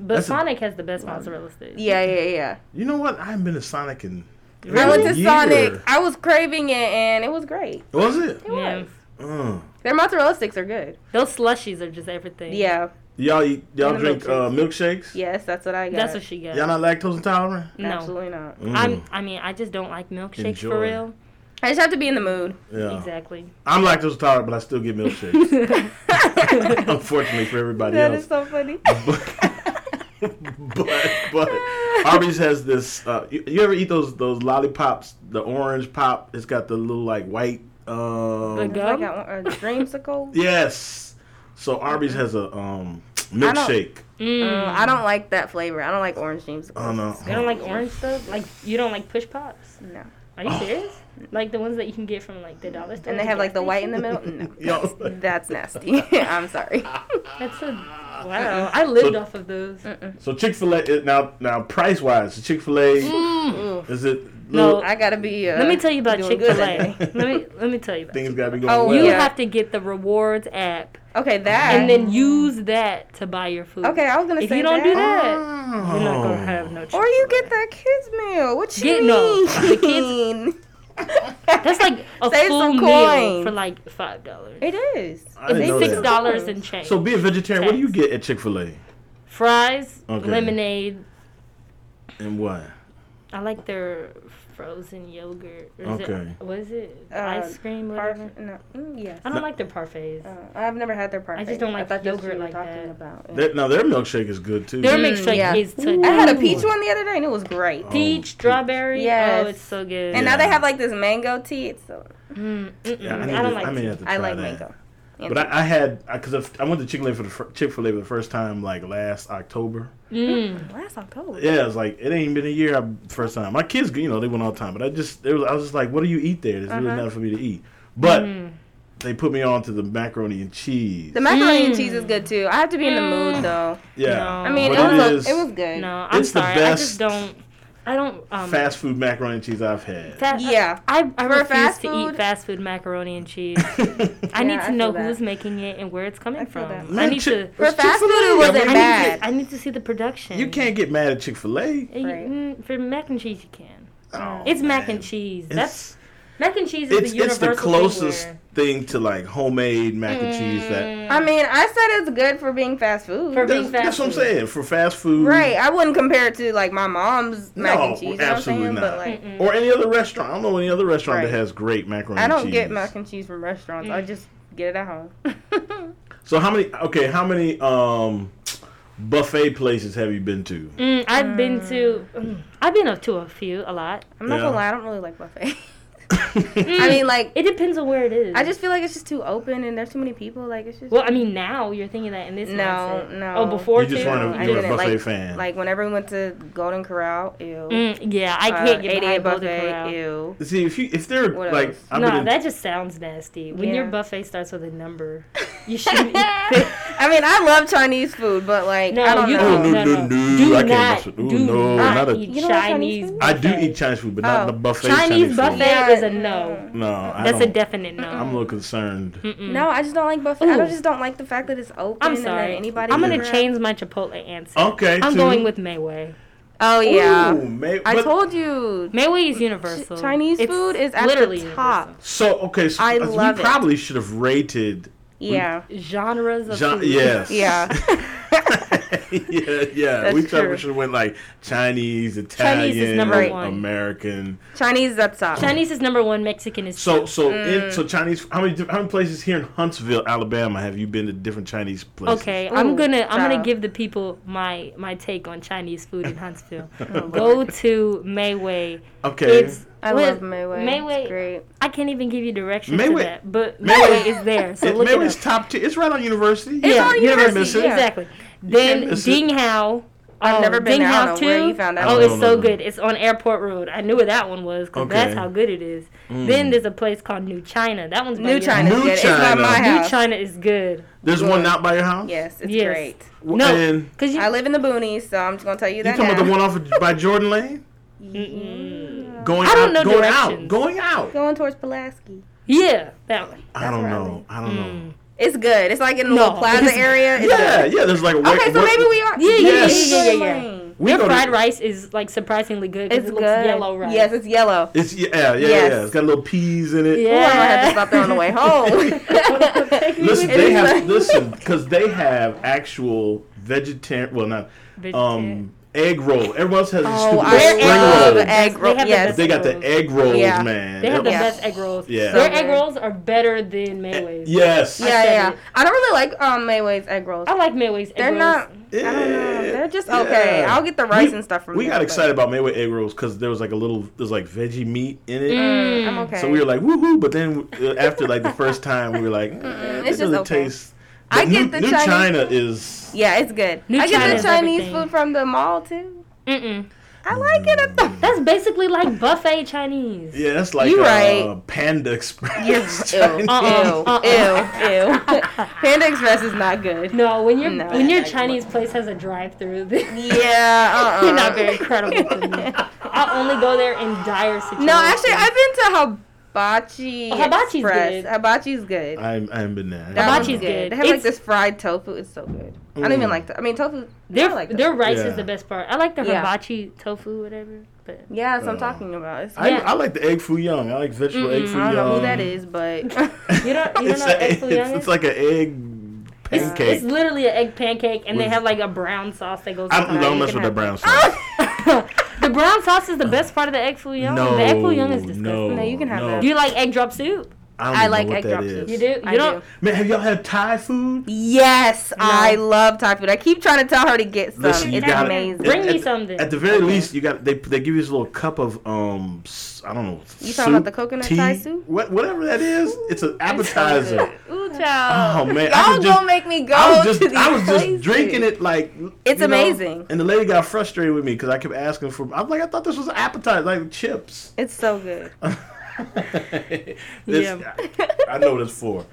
Speaker 2: But
Speaker 1: That's a-
Speaker 2: Sonic has the best mozzarella sticks.
Speaker 3: Yeah, yeah, yeah.
Speaker 1: You know what? I haven't been to Sonic in
Speaker 2: Really?
Speaker 3: I went
Speaker 1: a
Speaker 3: to
Speaker 1: year.
Speaker 3: Sonic. I was craving it, and it was great.
Speaker 1: Was it?
Speaker 3: It
Speaker 2: Yeah.
Speaker 3: was.
Speaker 1: Uh,
Speaker 3: Their mozzarella sticks are good.
Speaker 2: Those slushies are just everything.
Speaker 3: Yeah.
Speaker 1: y'all eat? Y'all
Speaker 3: And the
Speaker 1: drink uh, milkshakes?
Speaker 3: Yes, that's what I got.
Speaker 2: That's what she got.
Speaker 1: Y'all not lactose intolerant?
Speaker 2: no.
Speaker 3: Absolutely not.
Speaker 1: Mm,
Speaker 2: I'm, I mean, I just don't like milkshakes
Speaker 1: Enjoy.
Speaker 2: for real.
Speaker 3: I just have to be in the mood.
Speaker 1: yeah.
Speaker 2: Exactly.
Speaker 1: I'm lactose intolerant, but I still get milkshakes.
Speaker 2: Mm.
Speaker 1: Unfortunately for everybody
Speaker 3: That
Speaker 1: else.
Speaker 3: is so funny.
Speaker 1: but but Arby's has this. Uh, you, you ever eat those those lollipops? The orange pop. It's got the little like white.
Speaker 2: Like
Speaker 1: Um,
Speaker 3: It's like a, a dreamsicle.
Speaker 1: yes. So Arby's has a um, milkshake.
Speaker 2: Mm.
Speaker 3: Mm, I don't like that flavor. I don't like orange dreamsicle.
Speaker 1: Oh no.
Speaker 2: You don't like orange stuff? Like, you don't like push pops?
Speaker 3: No.
Speaker 2: Are you
Speaker 1: Oh.
Speaker 2: serious? Like the ones that you can get from like the dollar store.
Speaker 3: And they have like the white in the middle. No.
Speaker 1: Yo.
Speaker 3: That's nasty. I'm sorry.
Speaker 2: That's a wow. I lived off of those.
Speaker 3: Mm.
Speaker 1: So Chick Fil A now now price wise, Chick Fil A
Speaker 3: Ooh.
Speaker 1: is it
Speaker 2: No.
Speaker 1: little
Speaker 3: I gotle be. Uh,
Speaker 2: Let me tell you about
Speaker 3: doing
Speaker 2: Chick
Speaker 3: good
Speaker 2: Fil
Speaker 3: today.
Speaker 2: A. Let me let me tell you. About
Speaker 1: things
Speaker 2: Chick-fil-A.
Speaker 1: got to be going
Speaker 3: Oh,
Speaker 1: well.
Speaker 2: You
Speaker 3: Yeah.
Speaker 2: have to get the rewards app
Speaker 3: Okay, that.
Speaker 2: and then use that to buy your food.
Speaker 3: Okay, I was gonna
Speaker 2: If
Speaker 3: say
Speaker 2: you
Speaker 3: that.
Speaker 2: don't do that,
Speaker 1: Oh.
Speaker 2: you're not gonna have no.
Speaker 3: Or you
Speaker 2: Chick-fil-A.
Speaker 3: get that kids meal. What you
Speaker 2: Get-
Speaker 3: mean?
Speaker 2: no, the That's like a
Speaker 3: Save
Speaker 2: full
Speaker 3: some
Speaker 2: meal
Speaker 3: coin.
Speaker 2: for like five dollars.
Speaker 3: it is.
Speaker 1: I didn't
Speaker 3: They
Speaker 1: know
Speaker 3: six
Speaker 2: Six
Speaker 1: that.
Speaker 2: dollars and change.
Speaker 1: So being vegetarian, what do you get at Chick Fil A
Speaker 2: Fries,
Speaker 1: Okay.
Speaker 2: lemonade.
Speaker 1: and what?
Speaker 2: I like their frozen yogurt. Or is
Speaker 1: Okay.
Speaker 2: It, what is it?
Speaker 3: Uh,
Speaker 2: Ice cream, whatever.
Speaker 3: Parf- no, mm, yes.
Speaker 2: I don't like their parfaits.
Speaker 3: Uh, I've never had their parfait.
Speaker 2: I just don't like
Speaker 3: thought that's what
Speaker 2: yogurt
Speaker 3: you were
Speaker 2: like
Speaker 3: talking
Speaker 2: that.
Speaker 3: About. yeah.
Speaker 1: Their, now their milkshake is good too.
Speaker 2: Their
Speaker 3: Mm,
Speaker 2: mixture
Speaker 3: yeah.
Speaker 2: is to
Speaker 3: I had a peach one the other day and it was great.
Speaker 1: Oh,
Speaker 2: peach strawberry.
Speaker 3: Yes.
Speaker 2: Oh, it's so good.
Speaker 3: And
Speaker 1: Yeah.
Speaker 3: now they have like this mango tea. It's so
Speaker 2: Mm, mm-mm.
Speaker 1: Yeah, I,
Speaker 2: I,
Speaker 1: need
Speaker 2: don't
Speaker 1: to-
Speaker 2: like.
Speaker 1: I may
Speaker 2: tea.
Speaker 1: have to try
Speaker 3: I like
Speaker 1: that.
Speaker 3: mango.
Speaker 1: But I, I had because I, went to Chick Fil A for the Chick Fil A for the first time like last October.
Speaker 2: Mm.
Speaker 3: Last October.
Speaker 1: Yeah, it's like it ain't been a year. I, first time my kids, you know, they went all the time. But I just it was, I was just like, what do you eat there? There's really
Speaker 3: Uh-huh. Mm-hmm.
Speaker 1: nothing for me to eat. But
Speaker 2: Mm.
Speaker 1: they put me on to the macaroni and cheese.
Speaker 3: The macaroni and
Speaker 2: Mm.
Speaker 3: cheese is good too. I have to be in the
Speaker 2: Mm.
Speaker 3: mood though.
Speaker 1: yeah,
Speaker 2: No.
Speaker 3: I mean,
Speaker 1: But
Speaker 3: it was
Speaker 1: it
Speaker 3: a-
Speaker 1: is-
Speaker 3: it was good.
Speaker 2: No, I'm
Speaker 1: It's the
Speaker 2: sorry. I
Speaker 1: best
Speaker 2: just don't. I don't. Um,
Speaker 1: fast food macaroni and cheese I've had.
Speaker 2: fa-
Speaker 3: Yeah.
Speaker 2: I, I
Speaker 3: For
Speaker 2: refuse
Speaker 3: fast
Speaker 2: to eat
Speaker 3: food-
Speaker 2: fast food macaroni and cheese. I
Speaker 3: Yeah,
Speaker 2: need
Speaker 3: I
Speaker 2: to
Speaker 3: feel
Speaker 2: know
Speaker 3: that.
Speaker 2: who's making it and where it's coming
Speaker 3: I feel
Speaker 2: from.
Speaker 3: that.
Speaker 2: I
Speaker 1: Man,
Speaker 2: need
Speaker 1: Chick-
Speaker 2: to.
Speaker 3: For
Speaker 1: it's
Speaker 3: fast
Speaker 1: Chick-fil-A.
Speaker 3: food, it wasn't
Speaker 1: I mean,
Speaker 3: bad.
Speaker 2: I need to, I need to see the production.
Speaker 1: You can't get mad at Chick Fil A.
Speaker 2: Uh, you-
Speaker 3: Right.
Speaker 2: mm, for mac and cheese, you can.
Speaker 1: Oh,
Speaker 2: It's mac
Speaker 1: man.
Speaker 2: and cheese.
Speaker 1: It's-
Speaker 2: That's mac and cheese is
Speaker 1: it's
Speaker 2: the
Speaker 1: it's
Speaker 2: universal
Speaker 1: the closest
Speaker 2: thing Mm,
Speaker 1: thing to like homemade mac and cheese that.
Speaker 3: I mean, I said it's good for being fast food.
Speaker 2: For-
Speaker 1: That's,
Speaker 2: being fast
Speaker 1: that's what I'm
Speaker 2: food.
Speaker 1: saying for fast food,
Speaker 3: right. I wouldn't compare it to like my mom's mac
Speaker 1: No,
Speaker 3: and cheese. You know what I'm
Speaker 1: absolutely
Speaker 3: saying?
Speaker 1: not.
Speaker 3: But like
Speaker 2: Mm-mm.
Speaker 1: Or any other restaurant. I don't know any other restaurant that
Speaker 3: Right.
Speaker 1: has great macaroni.
Speaker 3: I don't
Speaker 1: and
Speaker 3: get
Speaker 1: cheese.
Speaker 3: mac and cheese from restaurants.
Speaker 2: Mm.
Speaker 3: I just get it at home.
Speaker 1: So how many? Okay, how many um buffet places have you been to?
Speaker 2: Mm, I've been to, mm, I've been up to a few, a lot.
Speaker 3: I'm not
Speaker 1: Yeah.
Speaker 3: gonna lie, I don't really like buffet. I mean, like,
Speaker 2: Mm. It depends on where it is.
Speaker 3: I just feel like it's just too open and there's too many people. Like, it's just.
Speaker 2: Well, I mean, now you're thinking that in this
Speaker 3: No,
Speaker 2: mindset.
Speaker 3: no.
Speaker 2: Oh, before
Speaker 1: You just
Speaker 2: too?
Speaker 1: weren't a-
Speaker 3: I
Speaker 1: you were a
Speaker 3: didn't,
Speaker 1: buffet
Speaker 3: like,
Speaker 1: fan.
Speaker 3: Like, whenever we went to Golden Corral, ew.
Speaker 2: Mm, yeah, I
Speaker 3: Uh,
Speaker 2: can't get
Speaker 3: 88
Speaker 2: behind Golden
Speaker 3: buffet,
Speaker 2: Corral.
Speaker 3: ew.
Speaker 1: See if you if they're
Speaker 3: What
Speaker 1: like
Speaker 3: else?
Speaker 1: I
Speaker 2: no,
Speaker 1: wouldn't.
Speaker 2: that just sounds nasty. When your
Speaker 3: Yeah.
Speaker 2: buffet starts with a number, you shouldn't eat that.
Speaker 3: I mean, I love Chinese food, but like,
Speaker 2: No,
Speaker 3: I don't
Speaker 2: you
Speaker 3: know.
Speaker 1: Oh,
Speaker 2: don't.
Speaker 1: no,
Speaker 2: no,
Speaker 1: no,
Speaker 2: no.
Speaker 1: no,
Speaker 2: Do
Speaker 1: I can't
Speaker 2: not-
Speaker 1: mess with- ooh,
Speaker 2: do
Speaker 1: no,
Speaker 2: not
Speaker 1: not a-
Speaker 2: eat
Speaker 3: You don't like Chinese
Speaker 2: Chinese.
Speaker 3: food?
Speaker 1: I do
Speaker 2: buffet.
Speaker 1: eat Chinese food, but not
Speaker 3: Oh.
Speaker 1: the buffet.
Speaker 2: Chinese buffet
Speaker 1: Food.
Speaker 3: Yeah,
Speaker 2: is a no.
Speaker 1: No, I
Speaker 2: That's a
Speaker 1: don't.
Speaker 2: definite no.
Speaker 1: I'm a little concerned.
Speaker 2: Mm-mm.
Speaker 3: No, I just don't like buffet. I
Speaker 2: Ooh.
Speaker 3: don't just don't like the fact that it's open.
Speaker 2: I'm
Speaker 3: And
Speaker 2: sorry.
Speaker 3: then anybody
Speaker 2: I'm
Speaker 3: can
Speaker 2: gonna
Speaker 3: grab-
Speaker 2: change my Chipotle answer.
Speaker 1: Okay,
Speaker 2: I'm
Speaker 1: two.
Speaker 2: going with Mayway.
Speaker 3: Oh yeah,
Speaker 1: Ooh, may-
Speaker 3: I
Speaker 1: but-
Speaker 3: told you.
Speaker 2: Mayway is
Speaker 3: Ch-
Speaker 2: universal.
Speaker 3: Chinese
Speaker 2: It's
Speaker 3: food is at
Speaker 2: literally
Speaker 3: the top.
Speaker 2: universal.
Speaker 1: So okay, so
Speaker 3: I
Speaker 1: I
Speaker 3: love
Speaker 1: we
Speaker 3: it.
Speaker 1: probably should have rated.
Speaker 3: Yeah,
Speaker 2: Genres of
Speaker 1: Gen-
Speaker 2: food.
Speaker 1: yes.
Speaker 3: yeah.
Speaker 1: yeah, yeah.
Speaker 3: That's
Speaker 1: We probably
Speaker 3: true.
Speaker 1: should have went like Chinese, Italian,
Speaker 2: number one.
Speaker 1: American.
Speaker 3: Chinese is up top.
Speaker 2: Chinese is number one. Mexican is
Speaker 1: So
Speaker 2: two.
Speaker 1: so in, so Chinese. How many how many places here in Huntsville, Alabama, have you been to different Chinese places?
Speaker 2: Okay,
Speaker 3: Ooh,
Speaker 2: I'm gonna I'm gonna
Speaker 3: child.
Speaker 2: give the people my my take on Chinese food in Huntsville.
Speaker 3: Oh,
Speaker 2: Go
Speaker 3: Lord.
Speaker 2: to Mayway.
Speaker 1: Okay.
Speaker 2: It's
Speaker 3: I
Speaker 2: what-
Speaker 3: love Mayway.
Speaker 2: Mayway.
Speaker 3: It's great.
Speaker 2: I can't even give you directions
Speaker 1: Mayway-
Speaker 2: to that, but
Speaker 1: Mayway-
Speaker 2: Mayway is there. So
Speaker 1: It-
Speaker 2: look
Speaker 1: Maryland's
Speaker 2: it up.
Speaker 1: top tier. It's right on University.
Speaker 3: It's on
Speaker 1: you
Speaker 3: University,
Speaker 1: never miss it.
Speaker 3: yeah.
Speaker 2: Exactly.
Speaker 1: can't
Speaker 2: Then
Speaker 1: miss it.
Speaker 2: Dinghao.
Speaker 3: I've never been there. I
Speaker 2: Dinghao
Speaker 3: don't know where you found that
Speaker 2: Oh,
Speaker 1: one.
Speaker 2: it's
Speaker 1: No, no,
Speaker 2: so
Speaker 1: no.
Speaker 2: good. It's on Airport Road. I knew where that one was because
Speaker 1: Okay.
Speaker 2: that's how good it is. Then there's a place called New China. That one's by
Speaker 3: New
Speaker 2: your-
Speaker 3: China.
Speaker 1: New
Speaker 3: New It's not
Speaker 1: China.
Speaker 3: my
Speaker 1: New
Speaker 2: New
Speaker 3: house.
Speaker 2: China is good.
Speaker 1: There's one
Speaker 3: Look.
Speaker 1: out by your house.
Speaker 3: Yes, it's
Speaker 2: Yes.
Speaker 3: great.
Speaker 1: W-
Speaker 2: No,
Speaker 1: And
Speaker 2: because you
Speaker 3: I live in the boonies, so I'm just gonna tell you
Speaker 1: you
Speaker 3: that
Speaker 1: talking about
Speaker 3: now.
Speaker 1: the one off of, by Jordan Lane?
Speaker 3: Yeah.
Speaker 1: Going
Speaker 2: I don't
Speaker 1: out,
Speaker 2: know
Speaker 1: going out,
Speaker 2: directions.
Speaker 1: going out.
Speaker 3: Going towards Pulaski.
Speaker 2: yeah that one.
Speaker 1: I don't
Speaker 3: where I
Speaker 1: know.
Speaker 3: live.
Speaker 1: I don't know.
Speaker 3: It's good. It's like in the
Speaker 2: No,
Speaker 3: little plaza
Speaker 2: it's-
Speaker 3: area. It's
Speaker 1: Yeah,
Speaker 3: good.
Speaker 1: yeah. There's like a wa-
Speaker 3: Okay, so
Speaker 1: wa-
Speaker 3: maybe we are.
Speaker 2: Yeah, yeah,
Speaker 1: Yes.
Speaker 2: yeah, yeah, yeah, yeah.
Speaker 1: we
Speaker 2: Their
Speaker 1: go to-
Speaker 2: fried rice is like surprisingly good. 'cause
Speaker 3: It's
Speaker 2: it
Speaker 3: good.
Speaker 2: looks yellow rice.
Speaker 3: Yes, it's yellow.
Speaker 1: It's yeah, yeah, yeah,
Speaker 3: Yes.
Speaker 1: yeah. It's got little peas in it.
Speaker 2: Yeah.
Speaker 3: Ooh, I'm gonna have to stop there on the way home.
Speaker 1: Listen,
Speaker 3: It
Speaker 1: they
Speaker 3: is
Speaker 1: have
Speaker 3: like-
Speaker 1: listen because they have actual vegetarian. Well, not um egg roll. Everyone else has these
Speaker 3: Oh,
Speaker 1: stupid
Speaker 3: I
Speaker 1: little spring
Speaker 3: love
Speaker 1: rolls.
Speaker 3: egg
Speaker 2: They
Speaker 3: roll.
Speaker 2: have the
Speaker 3: Yes.
Speaker 1: But they got the egg rolls,
Speaker 3: Yeah.
Speaker 1: man.
Speaker 2: They have the
Speaker 3: Yeah.
Speaker 2: best egg rolls.
Speaker 1: Yeah. Eh,
Speaker 2: Their
Speaker 3: So
Speaker 2: egg
Speaker 3: good.
Speaker 2: rolls are better than Mayway's.
Speaker 1: yes.
Speaker 3: Yeah,
Speaker 2: I said
Speaker 3: yeah.
Speaker 2: it.
Speaker 3: I don't really like um Mayway's egg rolls.
Speaker 2: I like Mayway's egg
Speaker 3: They're
Speaker 2: rolls.
Speaker 3: not. I don't
Speaker 1: Yeah.
Speaker 3: know. They're just okay.
Speaker 1: Yeah.
Speaker 3: I'll get the rice
Speaker 1: We-
Speaker 3: and stuff from
Speaker 1: We
Speaker 3: there,
Speaker 1: got
Speaker 3: but-
Speaker 1: excited about Mayway egg rolls because there was like a little, there's like veggie meat in it.
Speaker 3: Mm, I'm okay.
Speaker 1: So we were like, woohoo! But then uh, after like the first time, we were like, eh,
Speaker 3: it's
Speaker 1: it doesn't
Speaker 3: just okay.
Speaker 1: taste.
Speaker 3: I
Speaker 1: But
Speaker 3: get
Speaker 1: new,
Speaker 3: the
Speaker 1: new
Speaker 3: Chinese-
Speaker 1: China is.
Speaker 3: yeah, it's good.
Speaker 2: New
Speaker 3: I get
Speaker 1: China
Speaker 3: the
Speaker 1: is
Speaker 3: Chinese
Speaker 2: everything.
Speaker 3: food from the mall too.
Speaker 2: Mm-mm.
Speaker 3: I like it at the.
Speaker 2: That's basically like buffet Chinese.
Speaker 1: Yeah, that's like
Speaker 3: You
Speaker 1: uh,
Speaker 3: right.
Speaker 1: Panda Express.
Speaker 3: Yes. Ew.
Speaker 1: Chinese.
Speaker 3: Ew.
Speaker 2: Uh-uh.
Speaker 3: Ew. Ew. Panda Express is not good.
Speaker 2: No, when your
Speaker 3: No.
Speaker 2: when your
Speaker 3: Like,
Speaker 2: Chinese place has a drive-through, then
Speaker 3: Yeah. Uh-uh.
Speaker 2: you're not very credible to me. I only go there in dire situations.
Speaker 3: No, actually, I've been to Hibachi.
Speaker 2: Oh, hibachi's
Speaker 3: Express.
Speaker 2: good.
Speaker 3: Hibachi's good.
Speaker 1: I haven't I haven't been there.
Speaker 3: That one's
Speaker 2: Hibachi's good.
Speaker 3: They have like
Speaker 2: It's-
Speaker 3: this fried tofu. It's so good. I don't
Speaker 1: Mm.
Speaker 3: even like that. I mean, tofu.
Speaker 2: their
Speaker 3: I like
Speaker 2: their
Speaker 3: tofu.
Speaker 2: rice
Speaker 1: Yeah.
Speaker 2: is the best part. I like the
Speaker 3: Yeah.
Speaker 2: hibachi tofu, whatever. But
Speaker 3: Yeah, that's what I'm
Speaker 1: Oh.
Speaker 3: talking about. It's
Speaker 1: I,
Speaker 2: Yeah.
Speaker 1: I like the egg foo young. I like vegetable egg
Speaker 2: Mm-mm.
Speaker 1: foo young.
Speaker 3: I don't know who that is, but
Speaker 2: You don't- you don't
Speaker 1: it's
Speaker 2: know
Speaker 1: a-
Speaker 2: what egg foo young
Speaker 1: it's, it's
Speaker 2: is?
Speaker 1: like an egg
Speaker 2: it's,
Speaker 1: pancake.
Speaker 2: it's literally an egg pancake, and they
Speaker 1: With-
Speaker 2: have like a brown sauce that goes.
Speaker 1: I don't,
Speaker 2: on
Speaker 1: don't
Speaker 2: it.
Speaker 1: mess
Speaker 3: can
Speaker 1: with that
Speaker 3: have-
Speaker 1: brown sauce.
Speaker 2: the brown sauce is the best part of the egg foo young. the egg foo young is disgusting.
Speaker 1: No,
Speaker 3: No, you can have
Speaker 1: no.
Speaker 3: that.
Speaker 2: Do you like egg drop soup?
Speaker 1: I, don't
Speaker 3: I
Speaker 1: even
Speaker 3: like
Speaker 1: know what
Speaker 3: egg
Speaker 1: that
Speaker 3: drop
Speaker 1: is.
Speaker 3: soup.
Speaker 2: You do? You
Speaker 3: I
Speaker 2: don't?
Speaker 3: do.
Speaker 1: Man, have y'all had Thai food?
Speaker 3: yes, I love Thai food. I keep trying to tell her to get some.
Speaker 1: Listen, you
Speaker 3: it's
Speaker 1: gotta-
Speaker 3: amazing.
Speaker 2: Bring
Speaker 1: At-
Speaker 2: me
Speaker 1: at-
Speaker 2: something.
Speaker 1: At the very
Speaker 3: Okay.
Speaker 1: least, you got they they give you this little cup of um s- I don't know.
Speaker 3: You talking about
Speaker 1: soup,
Speaker 3: the coconut
Speaker 1: tea,
Speaker 3: Thai soup?
Speaker 1: What whatever that is, it's an appetizer.
Speaker 3: Ooh,
Speaker 1: Oh,
Speaker 3: child.
Speaker 1: man, I
Speaker 3: y'all
Speaker 1: was just-
Speaker 3: don't make me go
Speaker 1: I was just
Speaker 3: to these
Speaker 1: I was just
Speaker 3: places.
Speaker 1: drinking it like
Speaker 3: It's
Speaker 1: you know,
Speaker 3: amazing.
Speaker 1: and the lady got frustrated with me because I kept asking for. I'm like I thought this was an appetizer, like chips.
Speaker 3: It's so good.
Speaker 1: This-
Speaker 2: Yeah.
Speaker 1: I, I know what it's for.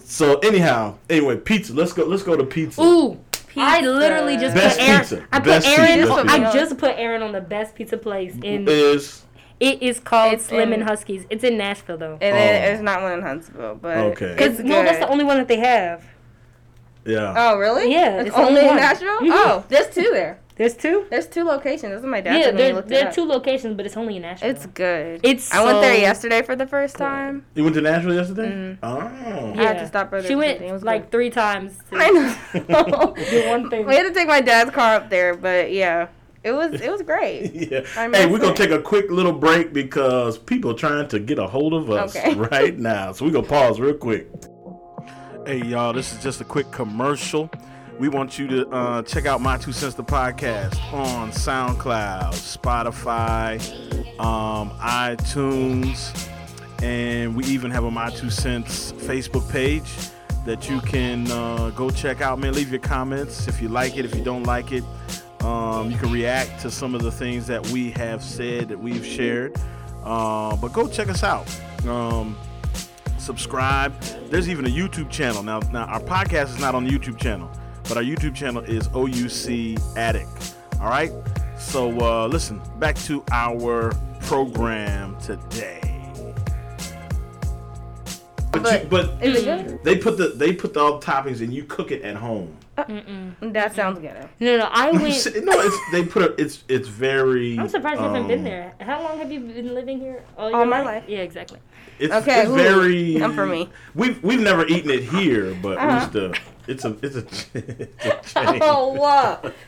Speaker 1: So anyhow, anyway, pizza. Let's go. Let's go to pizza.
Speaker 2: Ooh. I literally just
Speaker 1: Best
Speaker 2: put Aaron.
Speaker 1: pizza.
Speaker 2: I put
Speaker 1: Best
Speaker 2: Aaron.
Speaker 1: pizza. Best
Speaker 2: I
Speaker 3: pizza.
Speaker 2: just put Aaron on the best pizza place in.
Speaker 1: is
Speaker 2: It is called
Speaker 3: It's
Speaker 2: Slim and
Speaker 3: in-
Speaker 2: Huskies. It's in Nashville though.
Speaker 3: And
Speaker 1: Oh.
Speaker 3: then it's not one in Huntsville, but
Speaker 1: Okay.
Speaker 3: it's
Speaker 2: It's,
Speaker 3: good.
Speaker 2: no, that's the only one that they have.
Speaker 1: yeah.
Speaker 3: Oh, really?
Speaker 2: Yeah,
Speaker 3: It's,
Speaker 2: it's
Speaker 3: only
Speaker 2: only
Speaker 3: in
Speaker 2: one.
Speaker 3: Nashville?
Speaker 2: Mhm.
Speaker 3: Oh, there's two there.
Speaker 2: There's two.
Speaker 3: There's two locations. That's what my dad
Speaker 2: Yeah,
Speaker 3: told me. when he
Speaker 2: there
Speaker 3: looked
Speaker 2: there
Speaker 3: it
Speaker 2: are
Speaker 3: up.
Speaker 2: two locations, but it's only in Nashville.
Speaker 3: It's good.
Speaker 2: It's
Speaker 3: I went there
Speaker 2: so
Speaker 3: yesterday for the first time.
Speaker 1: You went to Nashville yesterday?
Speaker 3: Mm-hmm.
Speaker 1: Oh.
Speaker 3: I had to stop her
Speaker 2: She
Speaker 3: there for
Speaker 2: went
Speaker 3: something. It was
Speaker 2: like
Speaker 3: good.
Speaker 2: three times. To
Speaker 3: I know.
Speaker 2: do one thing.
Speaker 3: we had to take my dad's car up there, but yeah, it was it was great.
Speaker 1: Yeah.
Speaker 3: I'm
Speaker 1: Hey, we're gonna
Speaker 3: upset.
Speaker 1: take a quick little break because people trying to get a hold of us
Speaker 3: Okay.
Speaker 1: right now. So we're gonna pause real quick. Hey y'all, this is just a quick commercial. We want you to uh, check out My Two Cents the podcast on SoundCloud, Spotify, um, iTunes, and we even have a My Two Cents Facebook page that you can uh, go check out. Man, leave your comments if you like it, if you don't like it. Um, you can react to some of the things that we have said, that we've shared. Uh, but go check us out. Um, subscribe. There's even a YouTube channel now. Now our podcast is not on the YouTube channel, but our YouTube channel is OUC Addict. All right. So uh, listen back to our program today. But, you,
Speaker 3: But-
Speaker 1: but
Speaker 3: Is it good?
Speaker 1: they put the they put the all toppings and you cook it at home.
Speaker 3: That sounds good.
Speaker 2: No, no, I
Speaker 1: no,
Speaker 2: went.
Speaker 1: it's they put a, it's it's very.
Speaker 2: I'm surprised you haven't
Speaker 1: um,
Speaker 2: been there. How long have you been living here? All,
Speaker 3: All
Speaker 2: your
Speaker 3: my life.
Speaker 2: Yeah, exactly.
Speaker 1: It's,
Speaker 3: Okay,
Speaker 1: it's
Speaker 3: ooh,
Speaker 1: very.
Speaker 3: none for me.
Speaker 1: We've we've never eaten it here, but we
Speaker 3: Uh-huh.
Speaker 1: used to. It's a it's a, it's a chain.
Speaker 3: Oh, what?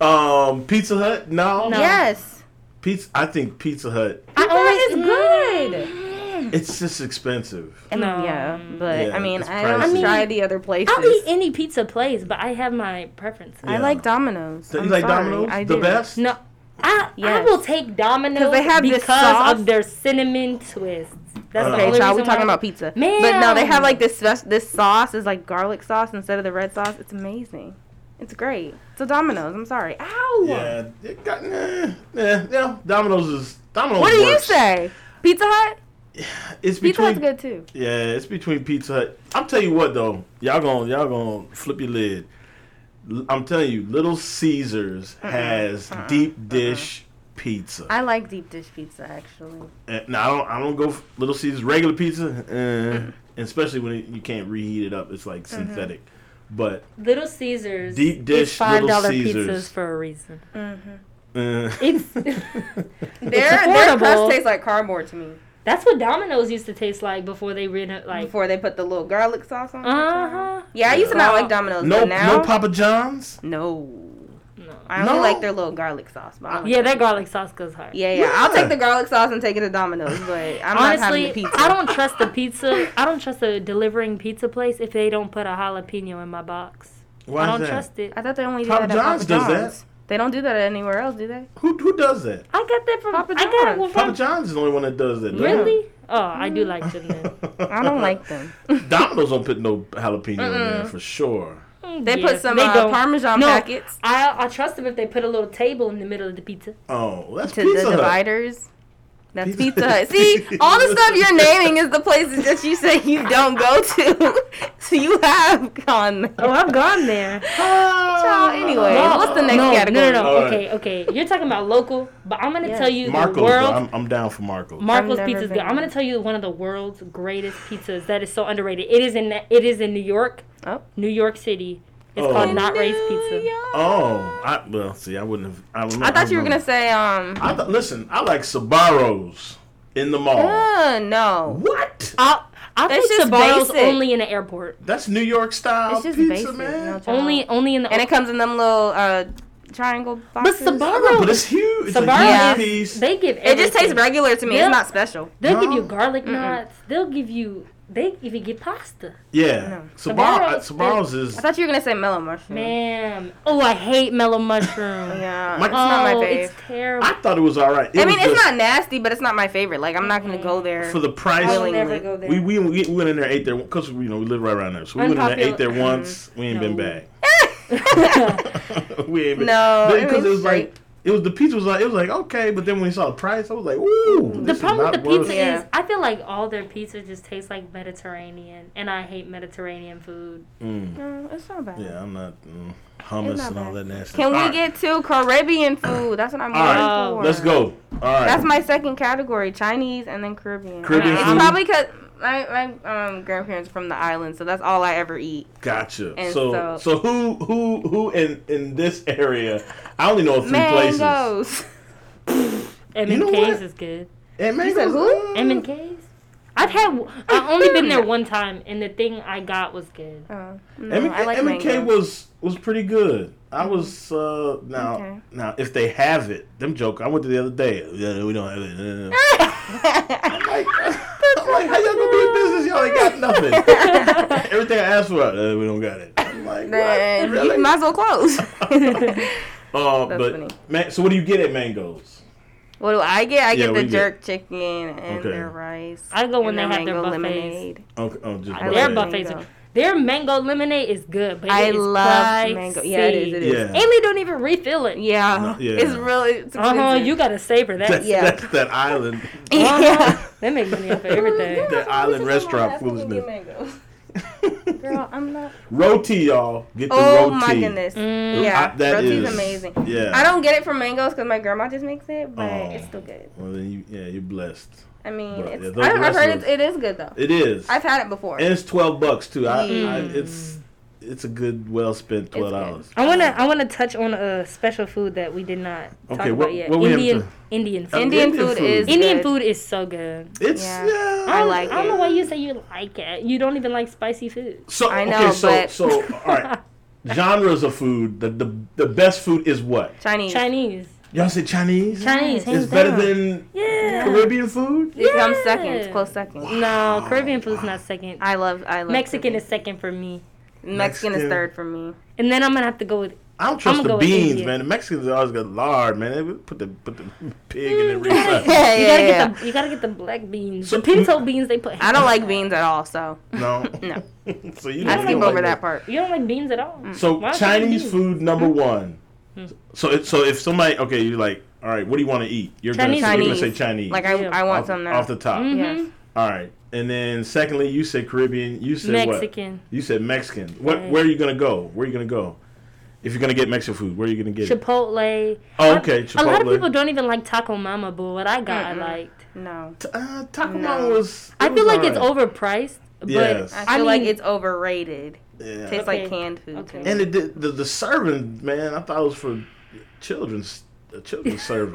Speaker 1: Um, Pizza Hut? No.
Speaker 2: No.
Speaker 3: Yes.
Speaker 1: Pizza. I think Pizza Hut.
Speaker 3: I
Speaker 2: always-
Speaker 3: always good.
Speaker 2: Mm.
Speaker 1: It's just expensive.
Speaker 3: And
Speaker 2: No.
Speaker 3: yeah, but
Speaker 1: Yeah,
Speaker 3: I mean,
Speaker 1: it's
Speaker 3: I
Speaker 1: pricey. I
Speaker 3: don't
Speaker 1: mean,
Speaker 3: try the other places.
Speaker 2: I'll eat any pizza place, but I have my preferences.
Speaker 3: I
Speaker 1: Yeah.
Speaker 3: like Domino's.
Speaker 1: So
Speaker 3: I'm
Speaker 1: you like
Speaker 3: sorry,
Speaker 1: Domino's?
Speaker 3: I
Speaker 1: the
Speaker 3: do.
Speaker 1: best.
Speaker 2: No, I I
Speaker 3: Yes.
Speaker 2: will take Domino's
Speaker 3: 'Cause they have this
Speaker 2: because
Speaker 3: sauce.
Speaker 2: of their cinnamon twists. That's the
Speaker 1: Okay,
Speaker 3: Okay,
Speaker 2: only
Speaker 3: child,
Speaker 2: reason
Speaker 3: we talking
Speaker 2: why-
Speaker 3: about pizza. But no, they
Speaker 2: Ma'am.
Speaker 3: have like this spec- this sauce is like garlic sauce instead of the red sauce. It's amazing. It's great. So Domino's, I'm sorry. Ow!
Speaker 1: Yeah. It got, nah, nah, yeah. Domino's is Domino's.
Speaker 3: What do you
Speaker 1: works.
Speaker 3: say? Pizza Hut?
Speaker 1: It's
Speaker 3: Pizza
Speaker 1: between.
Speaker 3: Hut's good too.
Speaker 1: Yeah, it's between Pizza Hut. I'm telling you what though, y'all gonna y'all gonna flip your lid. L- I'm telling you, Little Caesars has deep dish pizza.
Speaker 3: I like deep dish pizza actually.
Speaker 1: Uh, no, I don't. I don't go f- Little Caesars regular pizza, uh, especially when it, you can't reheat it up. It's like synthetic. But
Speaker 2: Little Caesars.
Speaker 1: Deep
Speaker 2: is
Speaker 1: dish Little
Speaker 2: $5
Speaker 1: Caesars.
Speaker 2: pizzas for a reason.
Speaker 3: Mm-hmm.
Speaker 1: uh,
Speaker 2: It's
Speaker 3: Their,
Speaker 2: affordable.
Speaker 3: their crust tastes like cardboard to me.
Speaker 2: that's what Domino's used to taste like before they reno like.
Speaker 3: Before they put the little garlic sauce on. it.
Speaker 2: Uh huh.
Speaker 3: Yeah, I used to not like Domino's,
Speaker 1: Uh-huh. no,
Speaker 3: but now
Speaker 1: no Papa John's.
Speaker 3: no.
Speaker 2: No.
Speaker 3: I only
Speaker 1: No.
Speaker 3: like their little garlic sauce. But I don't like
Speaker 2: Yeah,
Speaker 3: their-
Speaker 2: that garlic sauce goes hard.
Speaker 3: Yeah, yeah, I'll
Speaker 1: Yeah.
Speaker 3: take the garlic sauce and take it to Domino's, but I'm not having
Speaker 2: Honestly,
Speaker 3: the pizza.
Speaker 2: I don't trust the pizza. I don't trust the delivering pizza place if they don't put a jalapeno in my box.
Speaker 1: Why
Speaker 2: I
Speaker 1: is
Speaker 2: don't
Speaker 1: that?
Speaker 2: trust it.
Speaker 3: I thought they only do
Speaker 1: Papa
Speaker 3: that at Papa
Speaker 1: John's does that.
Speaker 3: John's. They don't do that anywhere else, do they?
Speaker 1: Who who does that?
Speaker 2: I got that from
Speaker 3: Papa
Speaker 2: I got it
Speaker 3: John's.
Speaker 1: Papa
Speaker 2: from
Speaker 1: John's is the only one that does that. doesn't
Speaker 2: Really? Oh, I do like them then.
Speaker 1: it?
Speaker 3: I don't like them.
Speaker 1: Domino's don't put no jalapeno in there for sure.
Speaker 2: Mm,
Speaker 3: They
Speaker 2: yeah,
Speaker 3: put some
Speaker 2: they
Speaker 3: uh,
Speaker 2: don't.
Speaker 3: Parmesan
Speaker 2: No,
Speaker 3: packets
Speaker 2: I I trust them if they put a little table in the middle of the pizza.
Speaker 1: Oh, well, that's
Speaker 3: to
Speaker 1: pizza
Speaker 3: the
Speaker 1: Hut.
Speaker 3: dividers. That's
Speaker 1: Pizza-
Speaker 3: Pizza, Hut. See, all the stuff you're naming is the places that you say you don't go to. so you have gone. there.
Speaker 2: Oh, I've gone there.
Speaker 3: Child, anyway,
Speaker 2: No,
Speaker 3: what's the next
Speaker 2: no,
Speaker 3: category?
Speaker 2: No, no, no.
Speaker 1: Ah! All
Speaker 2: Okay, okay. You're talking about local, but I'm gonna
Speaker 3: Yes.
Speaker 2: tell you
Speaker 1: Marco's,
Speaker 2: the
Speaker 1: though.
Speaker 2: world.
Speaker 1: I'm, I'm down for Marco's.
Speaker 2: Marco's
Speaker 3: I've never
Speaker 2: Pizza's good.
Speaker 3: been
Speaker 2: I'm gonna
Speaker 3: there.
Speaker 2: tell you one of the world's greatest pizzas that is so underrated. It is in it is in New York,
Speaker 3: Oh.
Speaker 2: New York City. It's
Speaker 1: Oh.
Speaker 2: called Not Ray's
Speaker 3: New
Speaker 2: Pizza.
Speaker 3: York.
Speaker 1: oh, I, well, see, I wouldn't have. I, don't know,
Speaker 3: I thought you were
Speaker 1: don't know.
Speaker 3: gonna say um.
Speaker 1: I thought. Listen, I like Sabaros in the mall.
Speaker 3: Uh, no.
Speaker 1: What?
Speaker 2: I I
Speaker 3: It's
Speaker 2: think
Speaker 3: just
Speaker 2: Sabaro's
Speaker 3: basic.
Speaker 2: only in the airport.
Speaker 1: That's New York style
Speaker 3: It's just
Speaker 1: pizza,
Speaker 3: basic. No
Speaker 1: man.
Speaker 3: child.
Speaker 2: Only only in the
Speaker 3: and it comes in them little uh triangle
Speaker 2: but
Speaker 3: boxes.
Speaker 1: No, but
Speaker 2: Sabaro's
Speaker 1: it's huge. It's
Speaker 2: Sabaros
Speaker 1: a huge
Speaker 3: Yeah.
Speaker 1: piece.
Speaker 2: they give
Speaker 3: It just tastes
Speaker 2: everything.
Speaker 3: regular to me.
Speaker 2: Yeah.
Speaker 3: It's not special.
Speaker 2: They'll give
Speaker 1: No.
Speaker 2: you garlic
Speaker 3: Mm-mm.
Speaker 2: knots. They'll give you. They even get pasta.
Speaker 1: yeah.
Speaker 3: No.
Speaker 1: Sabar-
Speaker 2: Sabaros-
Speaker 1: uh, Sabaros is.
Speaker 3: I thought you were gonna say mellow mushroom.
Speaker 2: Ma'am. Oh, I hate mellow mushroom.
Speaker 3: Yeah,
Speaker 1: My-
Speaker 3: Mm. it's not my
Speaker 2: Oh,
Speaker 3: fave.
Speaker 2: It's terrible.
Speaker 1: I thought it was all right. It
Speaker 3: I mean,
Speaker 1: was
Speaker 3: it's
Speaker 1: just
Speaker 3: not nasty, but it's not my favorite. Like, I'm not gonna go there.
Speaker 1: for the price.
Speaker 3: Really?
Speaker 2: go
Speaker 1: We, we we went in there ate there because you know we live right around there, so we went in there
Speaker 2: Unpopular-
Speaker 1: ate there once. We ain't been
Speaker 2: No.
Speaker 1: back. we ain't been,
Speaker 3: No,
Speaker 1: but
Speaker 3: it
Speaker 1: because it
Speaker 3: was
Speaker 1: was like it was the pizza was like it was like okay, but then when we saw the price, I was like, ooh.
Speaker 2: the
Speaker 1: this is
Speaker 2: problem
Speaker 1: not
Speaker 2: with the
Speaker 1: worth
Speaker 2: pizza
Speaker 1: it.
Speaker 3: Yeah.
Speaker 2: is I feel like all their pizza just tastes like Mediterranean, and I hate Mediterranean food.
Speaker 1: Mm,
Speaker 3: no, it's not bad.
Speaker 1: yeah, I'm not mm, hummus
Speaker 3: It's not
Speaker 1: and all that
Speaker 3: bad.
Speaker 1: nasty.
Speaker 3: Can we
Speaker 1: All right,
Speaker 3: get to Caribbean food? That's what I'm
Speaker 1: All
Speaker 2: right,
Speaker 3: going for.
Speaker 1: Let's go. All right.
Speaker 3: That's my second category: Chinese and then Caribbean.
Speaker 1: Caribbean
Speaker 3: it's
Speaker 1: food?
Speaker 3: probably because my my um, grandparents are from the island, so that's all I ever eat.
Speaker 1: gotcha.
Speaker 3: and
Speaker 1: So, so
Speaker 3: so-
Speaker 1: who who who in in this area? I only know of three places.
Speaker 3: Mangoes.
Speaker 2: M
Speaker 1: You
Speaker 2: and
Speaker 1: know
Speaker 2: K's
Speaker 1: what?
Speaker 2: is good.
Speaker 1: And
Speaker 3: said
Speaker 1: mangoes.
Speaker 3: who?
Speaker 1: uh,
Speaker 2: M and K's. I've had. I've only been there one time, and the thing I got was good.
Speaker 3: Oh, no,
Speaker 1: M&K,
Speaker 3: I like
Speaker 1: M&K
Speaker 3: mangoes.
Speaker 1: was was pretty good. I was uh now
Speaker 3: Okay.
Speaker 1: now if they have it, them joke. I went to the other day. Yeah, we don't have it. Uh, I'm like, I'm like, how y'all gonna be in business? Y'all ain't got nothing. Everything I asked for, uh, we don't got it. I'm like, what?
Speaker 3: Then you
Speaker 1: really?
Speaker 3: might as well close.
Speaker 1: Uh,
Speaker 3: That's
Speaker 1: but
Speaker 3: funny.
Speaker 1: man, so what do you get at Mangoes?
Speaker 3: What do I get? I
Speaker 1: Yeah,
Speaker 3: get
Speaker 1: we
Speaker 3: the
Speaker 1: get-
Speaker 3: jerk chicken and
Speaker 1: Okay.
Speaker 3: their rice.
Speaker 2: I go when
Speaker 3: and
Speaker 2: they have their
Speaker 3: mango
Speaker 2: buffets.
Speaker 3: lemonade.
Speaker 1: Okay, oh, just
Speaker 2: I
Speaker 3: love
Speaker 2: Their
Speaker 1: buffet.
Speaker 2: buffets
Speaker 3: mango.
Speaker 2: are- Their mango lemonade is good, but
Speaker 3: I
Speaker 2: it is
Speaker 3: love
Speaker 2: pricey.
Speaker 3: mango. Yeah, it is. It is.
Speaker 1: Yeah.
Speaker 2: Amy don't even refill it.
Speaker 3: Yeah.
Speaker 1: No, yeah.
Speaker 3: It's really. It's
Speaker 2: Uh huh.
Speaker 3: expensive.
Speaker 2: You gotta savor that.
Speaker 1: That's,
Speaker 3: Yeah.
Speaker 1: that's that island.
Speaker 2: Uh-huh.
Speaker 3: Yeah.
Speaker 2: That makes money off of
Speaker 3: Oh,
Speaker 2: everything.
Speaker 1: That island restaurant foolishness.
Speaker 3: Girl, I'm not.
Speaker 1: roti, y'all. Get the
Speaker 3: Oh
Speaker 1: roti.
Speaker 3: my goodness.
Speaker 2: Mm.
Speaker 3: Yeah,
Speaker 1: I- that
Speaker 3: roti's
Speaker 1: is-
Speaker 3: amazing.
Speaker 1: Yeah.
Speaker 3: I don't get it from mangoes because my grandma just makes it, but
Speaker 1: Oh.
Speaker 3: it's still good.
Speaker 1: Well, then you, yeah, you're blessed.
Speaker 3: I mean,
Speaker 1: Right, yeah,
Speaker 3: it's,
Speaker 1: those
Speaker 3: I, I've heard
Speaker 1: restaurants-
Speaker 3: it's, it is good though.
Speaker 1: It is.
Speaker 3: I've had it before.
Speaker 1: and it's twelve bucks too. I, I
Speaker 3: Mm.
Speaker 1: it's it's a good, well spent twelve dollars.
Speaker 2: I wanna I wanna touch on a special food that we did not talk
Speaker 1: Okay, what-
Speaker 2: about yet.
Speaker 1: what we have
Speaker 2: Indian
Speaker 1: to-
Speaker 2: Indian
Speaker 1: Uh,
Speaker 2: food.
Speaker 3: Indian,
Speaker 1: Indian
Speaker 3: food,
Speaker 1: food.
Speaker 3: is
Speaker 2: Indian
Speaker 3: good.
Speaker 2: food is so good.
Speaker 1: It's
Speaker 3: Yeah.
Speaker 1: yeah.
Speaker 3: I
Speaker 2: don't-
Speaker 3: like
Speaker 2: I don't know
Speaker 3: it.
Speaker 2: why you say you like it. You don't even like spicy food.
Speaker 1: so
Speaker 3: I know,
Speaker 1: okay, so
Speaker 3: but-
Speaker 1: so Oh, all right. Genres of food. The, the the best food is what?
Speaker 3: Chinese.
Speaker 2: Chinese.
Speaker 1: Y'all say Chinese.
Speaker 2: Chinese. hands
Speaker 1: It's better
Speaker 2: down.
Speaker 1: than
Speaker 2: Yeah.
Speaker 1: Caribbean food.
Speaker 3: It comes second. It's
Speaker 2: Yeah.
Speaker 3: close second.
Speaker 2: No, Caribbean food's not second.
Speaker 3: I love. I love.
Speaker 2: Mexican
Speaker 3: cooking.
Speaker 2: is second for me.
Speaker 3: Mexican, is
Speaker 1: Mexican.
Speaker 3: third for me.
Speaker 2: And then I'm gonna have to go with
Speaker 1: I don't trust
Speaker 2: I'ma
Speaker 1: the
Speaker 2: go with
Speaker 1: beans,
Speaker 2: Indian.
Speaker 1: man. The Mexicans always got lard, man. They put the put the pig in the refriger.
Speaker 3: Yeah,
Speaker 2: you
Speaker 3: yeah,
Speaker 2: gotta
Speaker 3: yeah.
Speaker 2: get the you gotta get the black beans.
Speaker 1: So-
Speaker 2: the pinto beans they put
Speaker 3: I don't like beans at all, so
Speaker 1: No.
Speaker 3: No.
Speaker 1: so you
Speaker 3: I
Speaker 1: don't- you
Speaker 3: skip
Speaker 1: don't
Speaker 3: over
Speaker 1: like
Speaker 3: that part.
Speaker 2: You don't like beans at all.
Speaker 3: Mm.
Speaker 1: So
Speaker 2: Why would you
Speaker 1: Chinese
Speaker 2: do?
Speaker 1: food number one.
Speaker 2: Mm.
Speaker 1: So it, so if somebody okay, you're like, all right, what do you want to eat? You're
Speaker 2: Chinese.
Speaker 1: gonna say, you're gonna say
Speaker 3: Chinese.
Speaker 1: Chinese.
Speaker 3: Like I,
Speaker 2: Yeah.
Speaker 3: I want
Speaker 1: off,
Speaker 3: some now.
Speaker 1: off the top.
Speaker 2: Mhm.
Speaker 3: Yes.
Speaker 1: All right, and then secondly, you said Caribbean. You said what?
Speaker 2: Mexican.
Speaker 1: You said Mexican. What?
Speaker 2: Right.
Speaker 1: Where are you gonna go? Where are you gonna go? If you're gonna get Mexican food, where are you gonna get it?
Speaker 2: Chipotle.
Speaker 1: Oh, okay, Chipotle.
Speaker 2: A lot of people don't even like Taco Mama, but what I got,
Speaker 3: Mm-mm.
Speaker 2: I liked.
Speaker 3: No,
Speaker 1: Uh, Taco
Speaker 3: No.
Speaker 1: Bell was. it
Speaker 2: I
Speaker 1: was
Speaker 2: feel like
Speaker 1: all
Speaker 2: it's
Speaker 1: right.
Speaker 2: overpriced, but
Speaker 1: Yes.
Speaker 3: I feel
Speaker 2: I
Speaker 3: like
Speaker 2: mean-
Speaker 3: it's overrated.
Speaker 1: Yeah.
Speaker 3: Tastes
Speaker 2: Okay.
Speaker 3: like canned food.
Speaker 2: Okay.
Speaker 3: to me.
Speaker 1: And it did, the the serving man, I thought it was for children's a children's serving.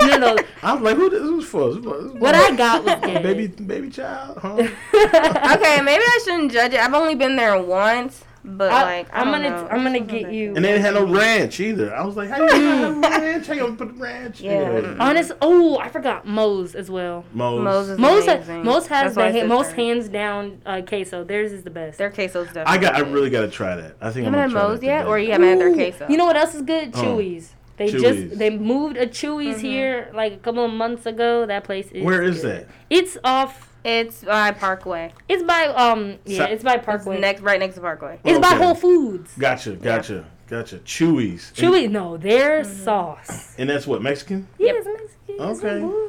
Speaker 2: no, no.
Speaker 1: I was like, who this is for? This for- this
Speaker 2: What
Speaker 1: for-
Speaker 2: I got was good.
Speaker 1: baby baby child, huh?
Speaker 3: okay, maybe I shouldn't judge it. I've only been there once, but
Speaker 2: I,
Speaker 3: like I
Speaker 2: am
Speaker 3: don't
Speaker 2: gonna
Speaker 3: know.
Speaker 2: I'm gonna
Speaker 3: It's
Speaker 2: get
Speaker 3: not
Speaker 2: you.
Speaker 1: And they didn't have no ranch either. I was like, how you gonna have ranch? How you gonna put ranch?
Speaker 3: Yeah.
Speaker 1: in it?
Speaker 2: Honest. Oh, I forgot Moe's as well.
Speaker 1: Mo's.
Speaker 3: Moses.
Speaker 2: Moe's, ha-
Speaker 3: amazing.
Speaker 2: Moe's has
Speaker 3: That's why I
Speaker 2: the ha-
Speaker 3: said
Speaker 2: most
Speaker 3: third.
Speaker 2: hands down uh, queso. Theirs is the best.
Speaker 3: Their queso's definitely.
Speaker 1: I got. I
Speaker 3: good.
Speaker 1: really gotta try that. I think
Speaker 3: You
Speaker 1: I'm
Speaker 3: haven't
Speaker 1: gonna
Speaker 3: had
Speaker 1: try
Speaker 3: Moe's
Speaker 1: that
Speaker 3: yet,
Speaker 1: today.
Speaker 3: or you haven't had their
Speaker 2: Ooh,
Speaker 3: queso.
Speaker 2: You know what else is good?
Speaker 1: Oh.
Speaker 2: Chewy's. They
Speaker 1: Chewy's.
Speaker 2: just they moved a Chewy's
Speaker 3: Mhm.
Speaker 2: here like a couple of months ago. That place is
Speaker 1: Where is
Speaker 2: good.
Speaker 1: that?
Speaker 2: It's off
Speaker 3: it's by Parkway.
Speaker 2: it's by um yeah,
Speaker 1: Sa-
Speaker 2: it's by
Speaker 3: It's
Speaker 2: Parkway. It's,
Speaker 3: next, right next to Parkway.
Speaker 2: by
Speaker 1: Okay.
Speaker 2: Whole Foods.
Speaker 1: Gotcha, gotcha, gotcha. Chewies. And,
Speaker 2: Chewy no, their
Speaker 3: Mm-hmm.
Speaker 2: sauce.
Speaker 1: and that's what Mexican?
Speaker 2: Yep.
Speaker 1: Okay.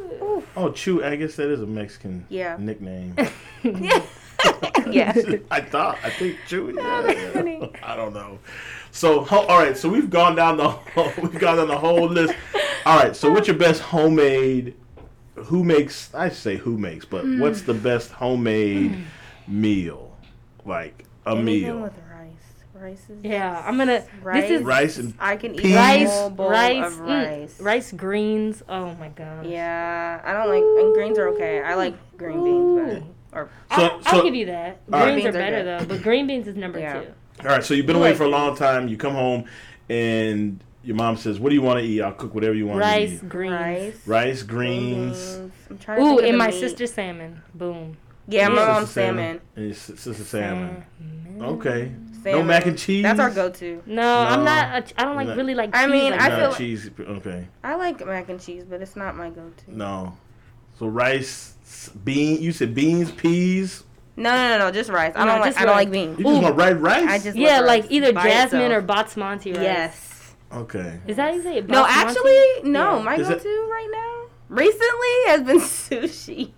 Speaker 1: Oh, Chew. I guess that is a Mexican
Speaker 3: Yeah.
Speaker 1: nickname.
Speaker 3: yeah.
Speaker 1: I thought. I think Chewy.
Speaker 3: that's funny.
Speaker 1: I don't know. So ho- all right. So we've gone down the whole, we've gone down the whole list. All right. So
Speaker 3: Oh.
Speaker 1: what's your best homemade? Who makes? I say who makes, but
Speaker 3: Hmm.
Speaker 1: what's the best homemade meal? Like a
Speaker 3: Anything
Speaker 1: meal.
Speaker 3: with rice. Rice is.
Speaker 2: Yeah, I'm gonna
Speaker 3: Rice.
Speaker 2: this is
Speaker 1: Rice and
Speaker 3: I can eat
Speaker 1: Peas.
Speaker 3: a
Speaker 2: rice
Speaker 3: whole bowl
Speaker 2: rice
Speaker 3: of
Speaker 2: mm,
Speaker 3: rice.
Speaker 2: rice. greens. Oh my gosh.
Speaker 3: Yeah, I don't like and greens are okay. I like green beans better.
Speaker 2: Ooh.
Speaker 3: Or
Speaker 1: So-
Speaker 2: I'll, I'll
Speaker 1: so-
Speaker 2: give you that.
Speaker 1: All right.
Speaker 2: Greens are
Speaker 3: Beans are
Speaker 2: better
Speaker 3: good.
Speaker 2: though, but green beans is number
Speaker 3: Yeah.
Speaker 2: two.
Speaker 1: all right. So you've been
Speaker 2: You
Speaker 1: away
Speaker 2: like
Speaker 1: for a
Speaker 2: it.
Speaker 1: long time. You come home, and your mom says, "What do you want to eat? I'll cook whatever you want
Speaker 2: Rice,
Speaker 1: to eat."
Speaker 2: greens.
Speaker 3: rice. Mm-hmm.
Speaker 1: Rice, greens.
Speaker 3: I'm trying to
Speaker 2: Ooh,
Speaker 3: think of
Speaker 2: and
Speaker 3: the
Speaker 2: my
Speaker 3: meat.
Speaker 2: sister salmon. Boom.
Speaker 3: Yeah, my
Speaker 1: Sister
Speaker 3: mom's salmon.
Speaker 1: And your sis- sister salmon. Okay.
Speaker 3: salmon.
Speaker 1: mac and cheese?
Speaker 3: That's our go-to.
Speaker 2: No, I'm
Speaker 1: No.
Speaker 2: not. A, I don't like
Speaker 1: Not-
Speaker 2: really like.
Speaker 3: I
Speaker 2: cheese
Speaker 3: mean,
Speaker 2: like
Speaker 3: I
Speaker 1: no,
Speaker 2: that.
Speaker 3: feel like-
Speaker 1: cheese. Okay.
Speaker 3: I like mac and cheese, but it's not my go-to. No,
Speaker 1: No. So rice, s- bean. You said beans, peas.
Speaker 3: no, no, no, just rice. I
Speaker 2: No,
Speaker 3: don't like.
Speaker 2: just
Speaker 3: I don't
Speaker 2: rice.
Speaker 3: like beans.
Speaker 1: You just
Speaker 2: Ooh.
Speaker 1: want red rice.
Speaker 3: I just
Speaker 2: yeah,
Speaker 3: love
Speaker 2: like
Speaker 3: rice
Speaker 2: either
Speaker 3: by
Speaker 2: jasmine
Speaker 3: itself.
Speaker 2: or basmati rice.
Speaker 3: Yes.
Speaker 1: okay.
Speaker 2: Is that how you say it?
Speaker 3: No,
Speaker 2: Basmati?
Speaker 3: actually, no.
Speaker 2: Yeah.
Speaker 3: My
Speaker 1: Is it-
Speaker 3: go-to right now, recently, has been sushi.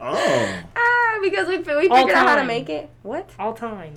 Speaker 1: Oh,
Speaker 3: Ah, because we fi- we
Speaker 2: All
Speaker 3: figured out how to
Speaker 2: time.
Speaker 3: make it. What?
Speaker 2: all time,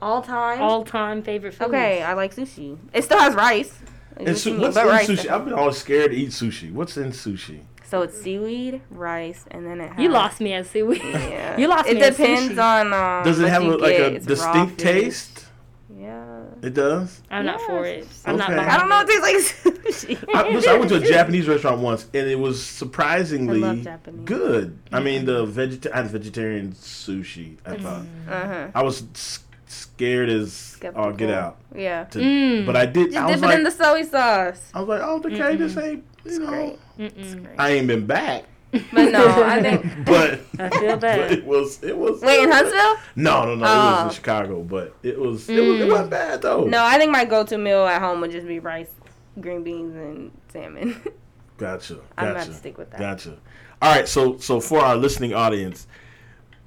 Speaker 3: All time.
Speaker 2: all time favorite food.
Speaker 3: Okay, I like sushi. It still has rice. Like
Speaker 1: and
Speaker 3: what
Speaker 1: su-
Speaker 3: you mean,
Speaker 1: what's in
Speaker 3: but rice
Speaker 1: sushi? I've
Speaker 3: definitely.
Speaker 1: been always scared to eat sushi. What's in sushi?
Speaker 3: So it's seaweed, rice, and then it has.
Speaker 2: You lost me at seaweed.
Speaker 3: Yeah.
Speaker 2: You lost
Speaker 3: It
Speaker 2: me at
Speaker 3: depends
Speaker 2: sushi.
Speaker 3: on. Um,
Speaker 1: Does it
Speaker 3: what
Speaker 1: have
Speaker 3: you
Speaker 1: a, like
Speaker 3: get.
Speaker 1: a
Speaker 3: It's raw
Speaker 1: distinct
Speaker 3: fish.
Speaker 1: taste?
Speaker 3: Yeah.
Speaker 1: It does.
Speaker 2: I'm not for it.
Speaker 3: Yes.
Speaker 2: I'm not.
Speaker 1: Okay.
Speaker 2: Behind
Speaker 3: I don't know.
Speaker 2: it.
Speaker 3: It tastes like sushi.
Speaker 1: I, listen, I went to a Japanese restaurant once, and it was surprisingly
Speaker 3: I love Japanese. Mm-hmm.
Speaker 1: good. I mean, the vegeta- I had vegetarian sushi. I thought
Speaker 3: Uh huh.
Speaker 1: I was s- scared as oh get
Speaker 3: Skeptical.
Speaker 1: out,
Speaker 3: Yeah.
Speaker 1: to,
Speaker 2: Mm.
Speaker 1: but I did.
Speaker 3: Just
Speaker 1: I
Speaker 3: dip
Speaker 1: was
Speaker 3: it
Speaker 1: like,
Speaker 3: in the soy sauce.
Speaker 1: I was like, oh, okay, this ain't you know.
Speaker 3: great.
Speaker 2: Mm-mm.
Speaker 1: I ain't been back,
Speaker 3: But no, I think.
Speaker 1: but
Speaker 2: I feel
Speaker 1: but
Speaker 2: that.
Speaker 1: it was it was.
Speaker 3: Wait, in Huntsville?
Speaker 1: No, no, no. It was
Speaker 3: Oh.
Speaker 1: in Chicago, but it was it, was, it
Speaker 2: Mm.
Speaker 1: wasn't bad though.
Speaker 3: No, I think my go-to meal at home would just be rice, green beans, and salmon.
Speaker 1: Gotcha. Gotcha.
Speaker 3: I'm gonna have to stick with that.
Speaker 1: Gotcha. All right. So so for our listening audience,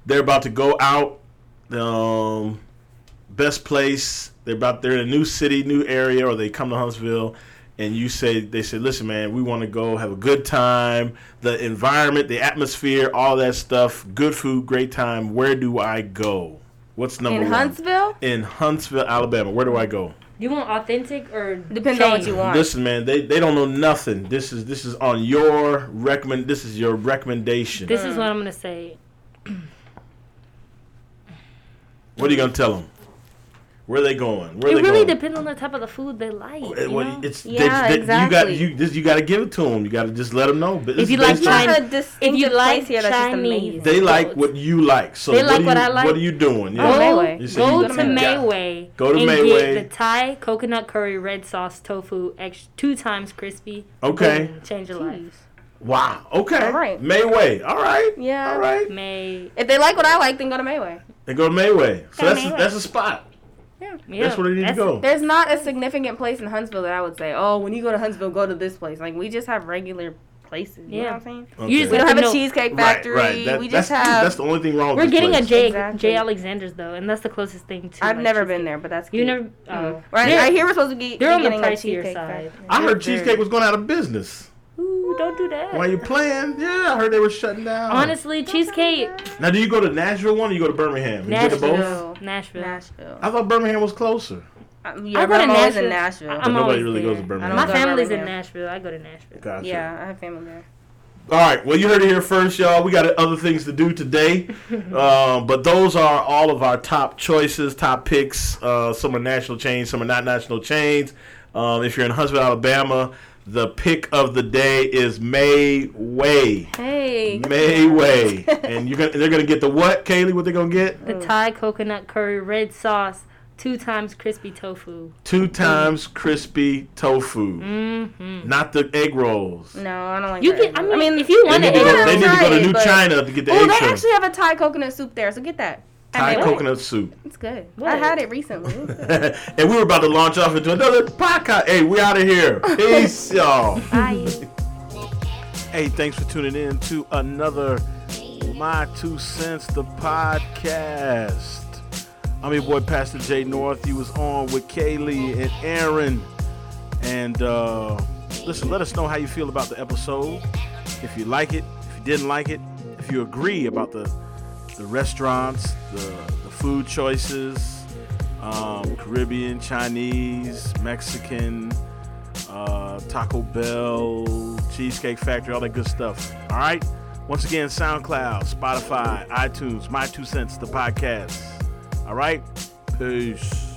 Speaker 1: they're about to go out. Um, best place. They're about they're in a new city, new area, or they come to Huntsville, and you say they say, listen, man, we want to go have a good time. The environment, the atmosphere, all that stuff. Good food, great time. Where do I go? What's number
Speaker 3: In
Speaker 1: one?
Speaker 3: Huntsville,
Speaker 1: in Huntsville, Alabama. Where do I go?
Speaker 2: You want authentic or
Speaker 3: depends on what
Speaker 2: chain?
Speaker 3: you want.
Speaker 1: Listen, man, they, they don't know nothing. This is this is on your recommend. This is your recommendation.
Speaker 2: This
Speaker 3: Mm.
Speaker 2: is what I'm gonna say.
Speaker 1: what are you gonna tell them? Where they going? Where
Speaker 2: It
Speaker 1: they
Speaker 2: really
Speaker 1: going?
Speaker 2: depends on the type of the food they
Speaker 1: It-
Speaker 2: like. you
Speaker 1: well,
Speaker 2: know?
Speaker 1: it's they-
Speaker 3: Yeah,
Speaker 1: they-
Speaker 3: exactly.
Speaker 1: You got you this, you got to give it to them. You got to just let them know. But
Speaker 2: If
Speaker 1: it's
Speaker 2: you like
Speaker 1: based on-
Speaker 2: China-
Speaker 3: There's not a
Speaker 2: if you
Speaker 3: distinctive
Speaker 2: like
Speaker 3: place here that's just
Speaker 2: Chinese,
Speaker 3: amazing.
Speaker 1: they like what you like. So
Speaker 2: They
Speaker 1: what,
Speaker 2: like
Speaker 1: are you,
Speaker 2: what I like.
Speaker 1: What are you doing?
Speaker 3: Oh,
Speaker 1: Yeah.
Speaker 2: Go,
Speaker 3: Mayway.
Speaker 1: You said
Speaker 2: go
Speaker 1: you
Speaker 2: to
Speaker 1: got it.
Speaker 2: Mayway.
Speaker 1: Go to
Speaker 2: and
Speaker 1: Mayway.
Speaker 2: Get the Thai coconut curry, red sauce, tofu, ex- two times crispy.
Speaker 1: Okay.
Speaker 2: Boom, change your
Speaker 3: Jeez.
Speaker 2: life.
Speaker 1: Wow. Okay.
Speaker 3: All right.
Speaker 1: Mayway. All right.
Speaker 3: Yeah.
Speaker 1: All right.
Speaker 2: May.
Speaker 3: If they like what I like, then go to Mayway.
Speaker 1: They go to Mayway. So
Speaker 2: Go to
Speaker 1: that's
Speaker 2: Mayway.
Speaker 1: that's a spot.
Speaker 3: Yeah.
Speaker 2: Yeah,
Speaker 1: that's where they need to go.
Speaker 3: There's not a significant place in Huntsville that I would say, oh, when you go to Huntsville, go to this place. Like we just have regular places. You know
Speaker 2: Yeah.
Speaker 3: what I'm saying?
Speaker 1: Okay.
Speaker 2: You just
Speaker 3: We don't have
Speaker 2: No.
Speaker 3: a cheesecake factory.
Speaker 1: Right. Right. That-
Speaker 3: we
Speaker 1: that's,
Speaker 3: just have.
Speaker 1: that's the only thing wrong. with
Speaker 2: We're
Speaker 1: this
Speaker 2: getting
Speaker 1: place.
Speaker 2: a J.
Speaker 3: Exactly.
Speaker 2: J. Alexander's though, and that's the closest thing to.
Speaker 3: I've
Speaker 2: like,
Speaker 3: never
Speaker 2: cheesecake.
Speaker 3: been there, but that's
Speaker 2: You
Speaker 3: cute.
Speaker 2: never. Oh.
Speaker 3: Mm. Right.
Speaker 2: They're-
Speaker 3: I hear we're supposed to be
Speaker 2: They're on the
Speaker 3: getting a
Speaker 2: pricier
Speaker 3: cheesecake
Speaker 2: side.
Speaker 3: factory.
Speaker 1: I heard
Speaker 2: They're-
Speaker 1: cheesecake was going out of business.
Speaker 2: oh. Ooh, don't do that.
Speaker 1: While you playing, yeah, I heard they were shutting down.
Speaker 2: Honestly, cheesecake.
Speaker 1: Now, do you go to Nashville one or you go to Birmingham? You go to both?
Speaker 2: Nashville.
Speaker 3: both?
Speaker 2: Nashville.
Speaker 3: Nashville.
Speaker 1: I thought Birmingham was closer.
Speaker 3: I, yeah,
Speaker 2: I go
Speaker 3: but
Speaker 2: to
Speaker 3: I'm always in
Speaker 2: Nashville.
Speaker 3: Nashville.
Speaker 2: I-
Speaker 1: But
Speaker 2: I'm
Speaker 1: nobody
Speaker 2: always
Speaker 1: really
Speaker 2: there.
Speaker 1: goes to
Speaker 3: I
Speaker 1: Birmingham.
Speaker 2: My
Speaker 3: don't go to
Speaker 2: family's in
Speaker 3: Birmingham.
Speaker 2: Nashville. I go to Nashville.
Speaker 1: Gotcha.
Speaker 3: yeah, I have family there.
Speaker 1: All right. Well, you heard it here first, y'all. We got other things to do today, uh, but those are all of our top choices, top picks. Uh, some are national chains, some are not national chains. Um, if you're in Huntsville, Alabama, the pick of the day is May Way.
Speaker 3: Hey.
Speaker 1: May Way, and you're gonna, they're gonna get the what, Kaylee? What they're gonna get?
Speaker 2: The Thai coconut curry, red sauce, two times crispy tofu.
Speaker 1: Two times crispy tofu.
Speaker 3: Mm.
Speaker 2: Mm-hmm.
Speaker 1: Not the egg rolls.
Speaker 3: No, I don't like
Speaker 2: You
Speaker 3: Mm. that
Speaker 2: can. I
Speaker 3: either.
Speaker 2: mean, if you
Speaker 1: They
Speaker 2: want
Speaker 1: need
Speaker 2: to,
Speaker 1: to go, they need to, go to
Speaker 3: Try it,
Speaker 1: New
Speaker 3: but-
Speaker 1: China to get the
Speaker 3: Oh,
Speaker 1: egg
Speaker 3: they
Speaker 1: shrimp.
Speaker 3: actually have a Thai coconut soup there, so get that. And
Speaker 1: Thai
Speaker 3: they-
Speaker 1: coconut soup.
Speaker 3: It's good. I
Speaker 2: What?
Speaker 3: had it recently. It was good.
Speaker 1: and we were about to launch off into another podcast. Hey, we out of here. Peace, y'all.
Speaker 2: Bye.
Speaker 1: Hey, thanks for tuning in to another My Two Cents the podcast. I'm your boy Pastor Jay North. He was on with Kaylee and Aaron. And uh, listen, let us know how you feel about the episode. If you like it, if you didn't like it, if you agree about the the restaurants, the, the food choices, um, Caribbean, Chinese, Mexican, uh, Taco Bell, Cheesecake Factory, all that good stuff. All right. Once again, SoundCloud, Spotify, iTunes, My Two Cents, the podcast. All right. Peace.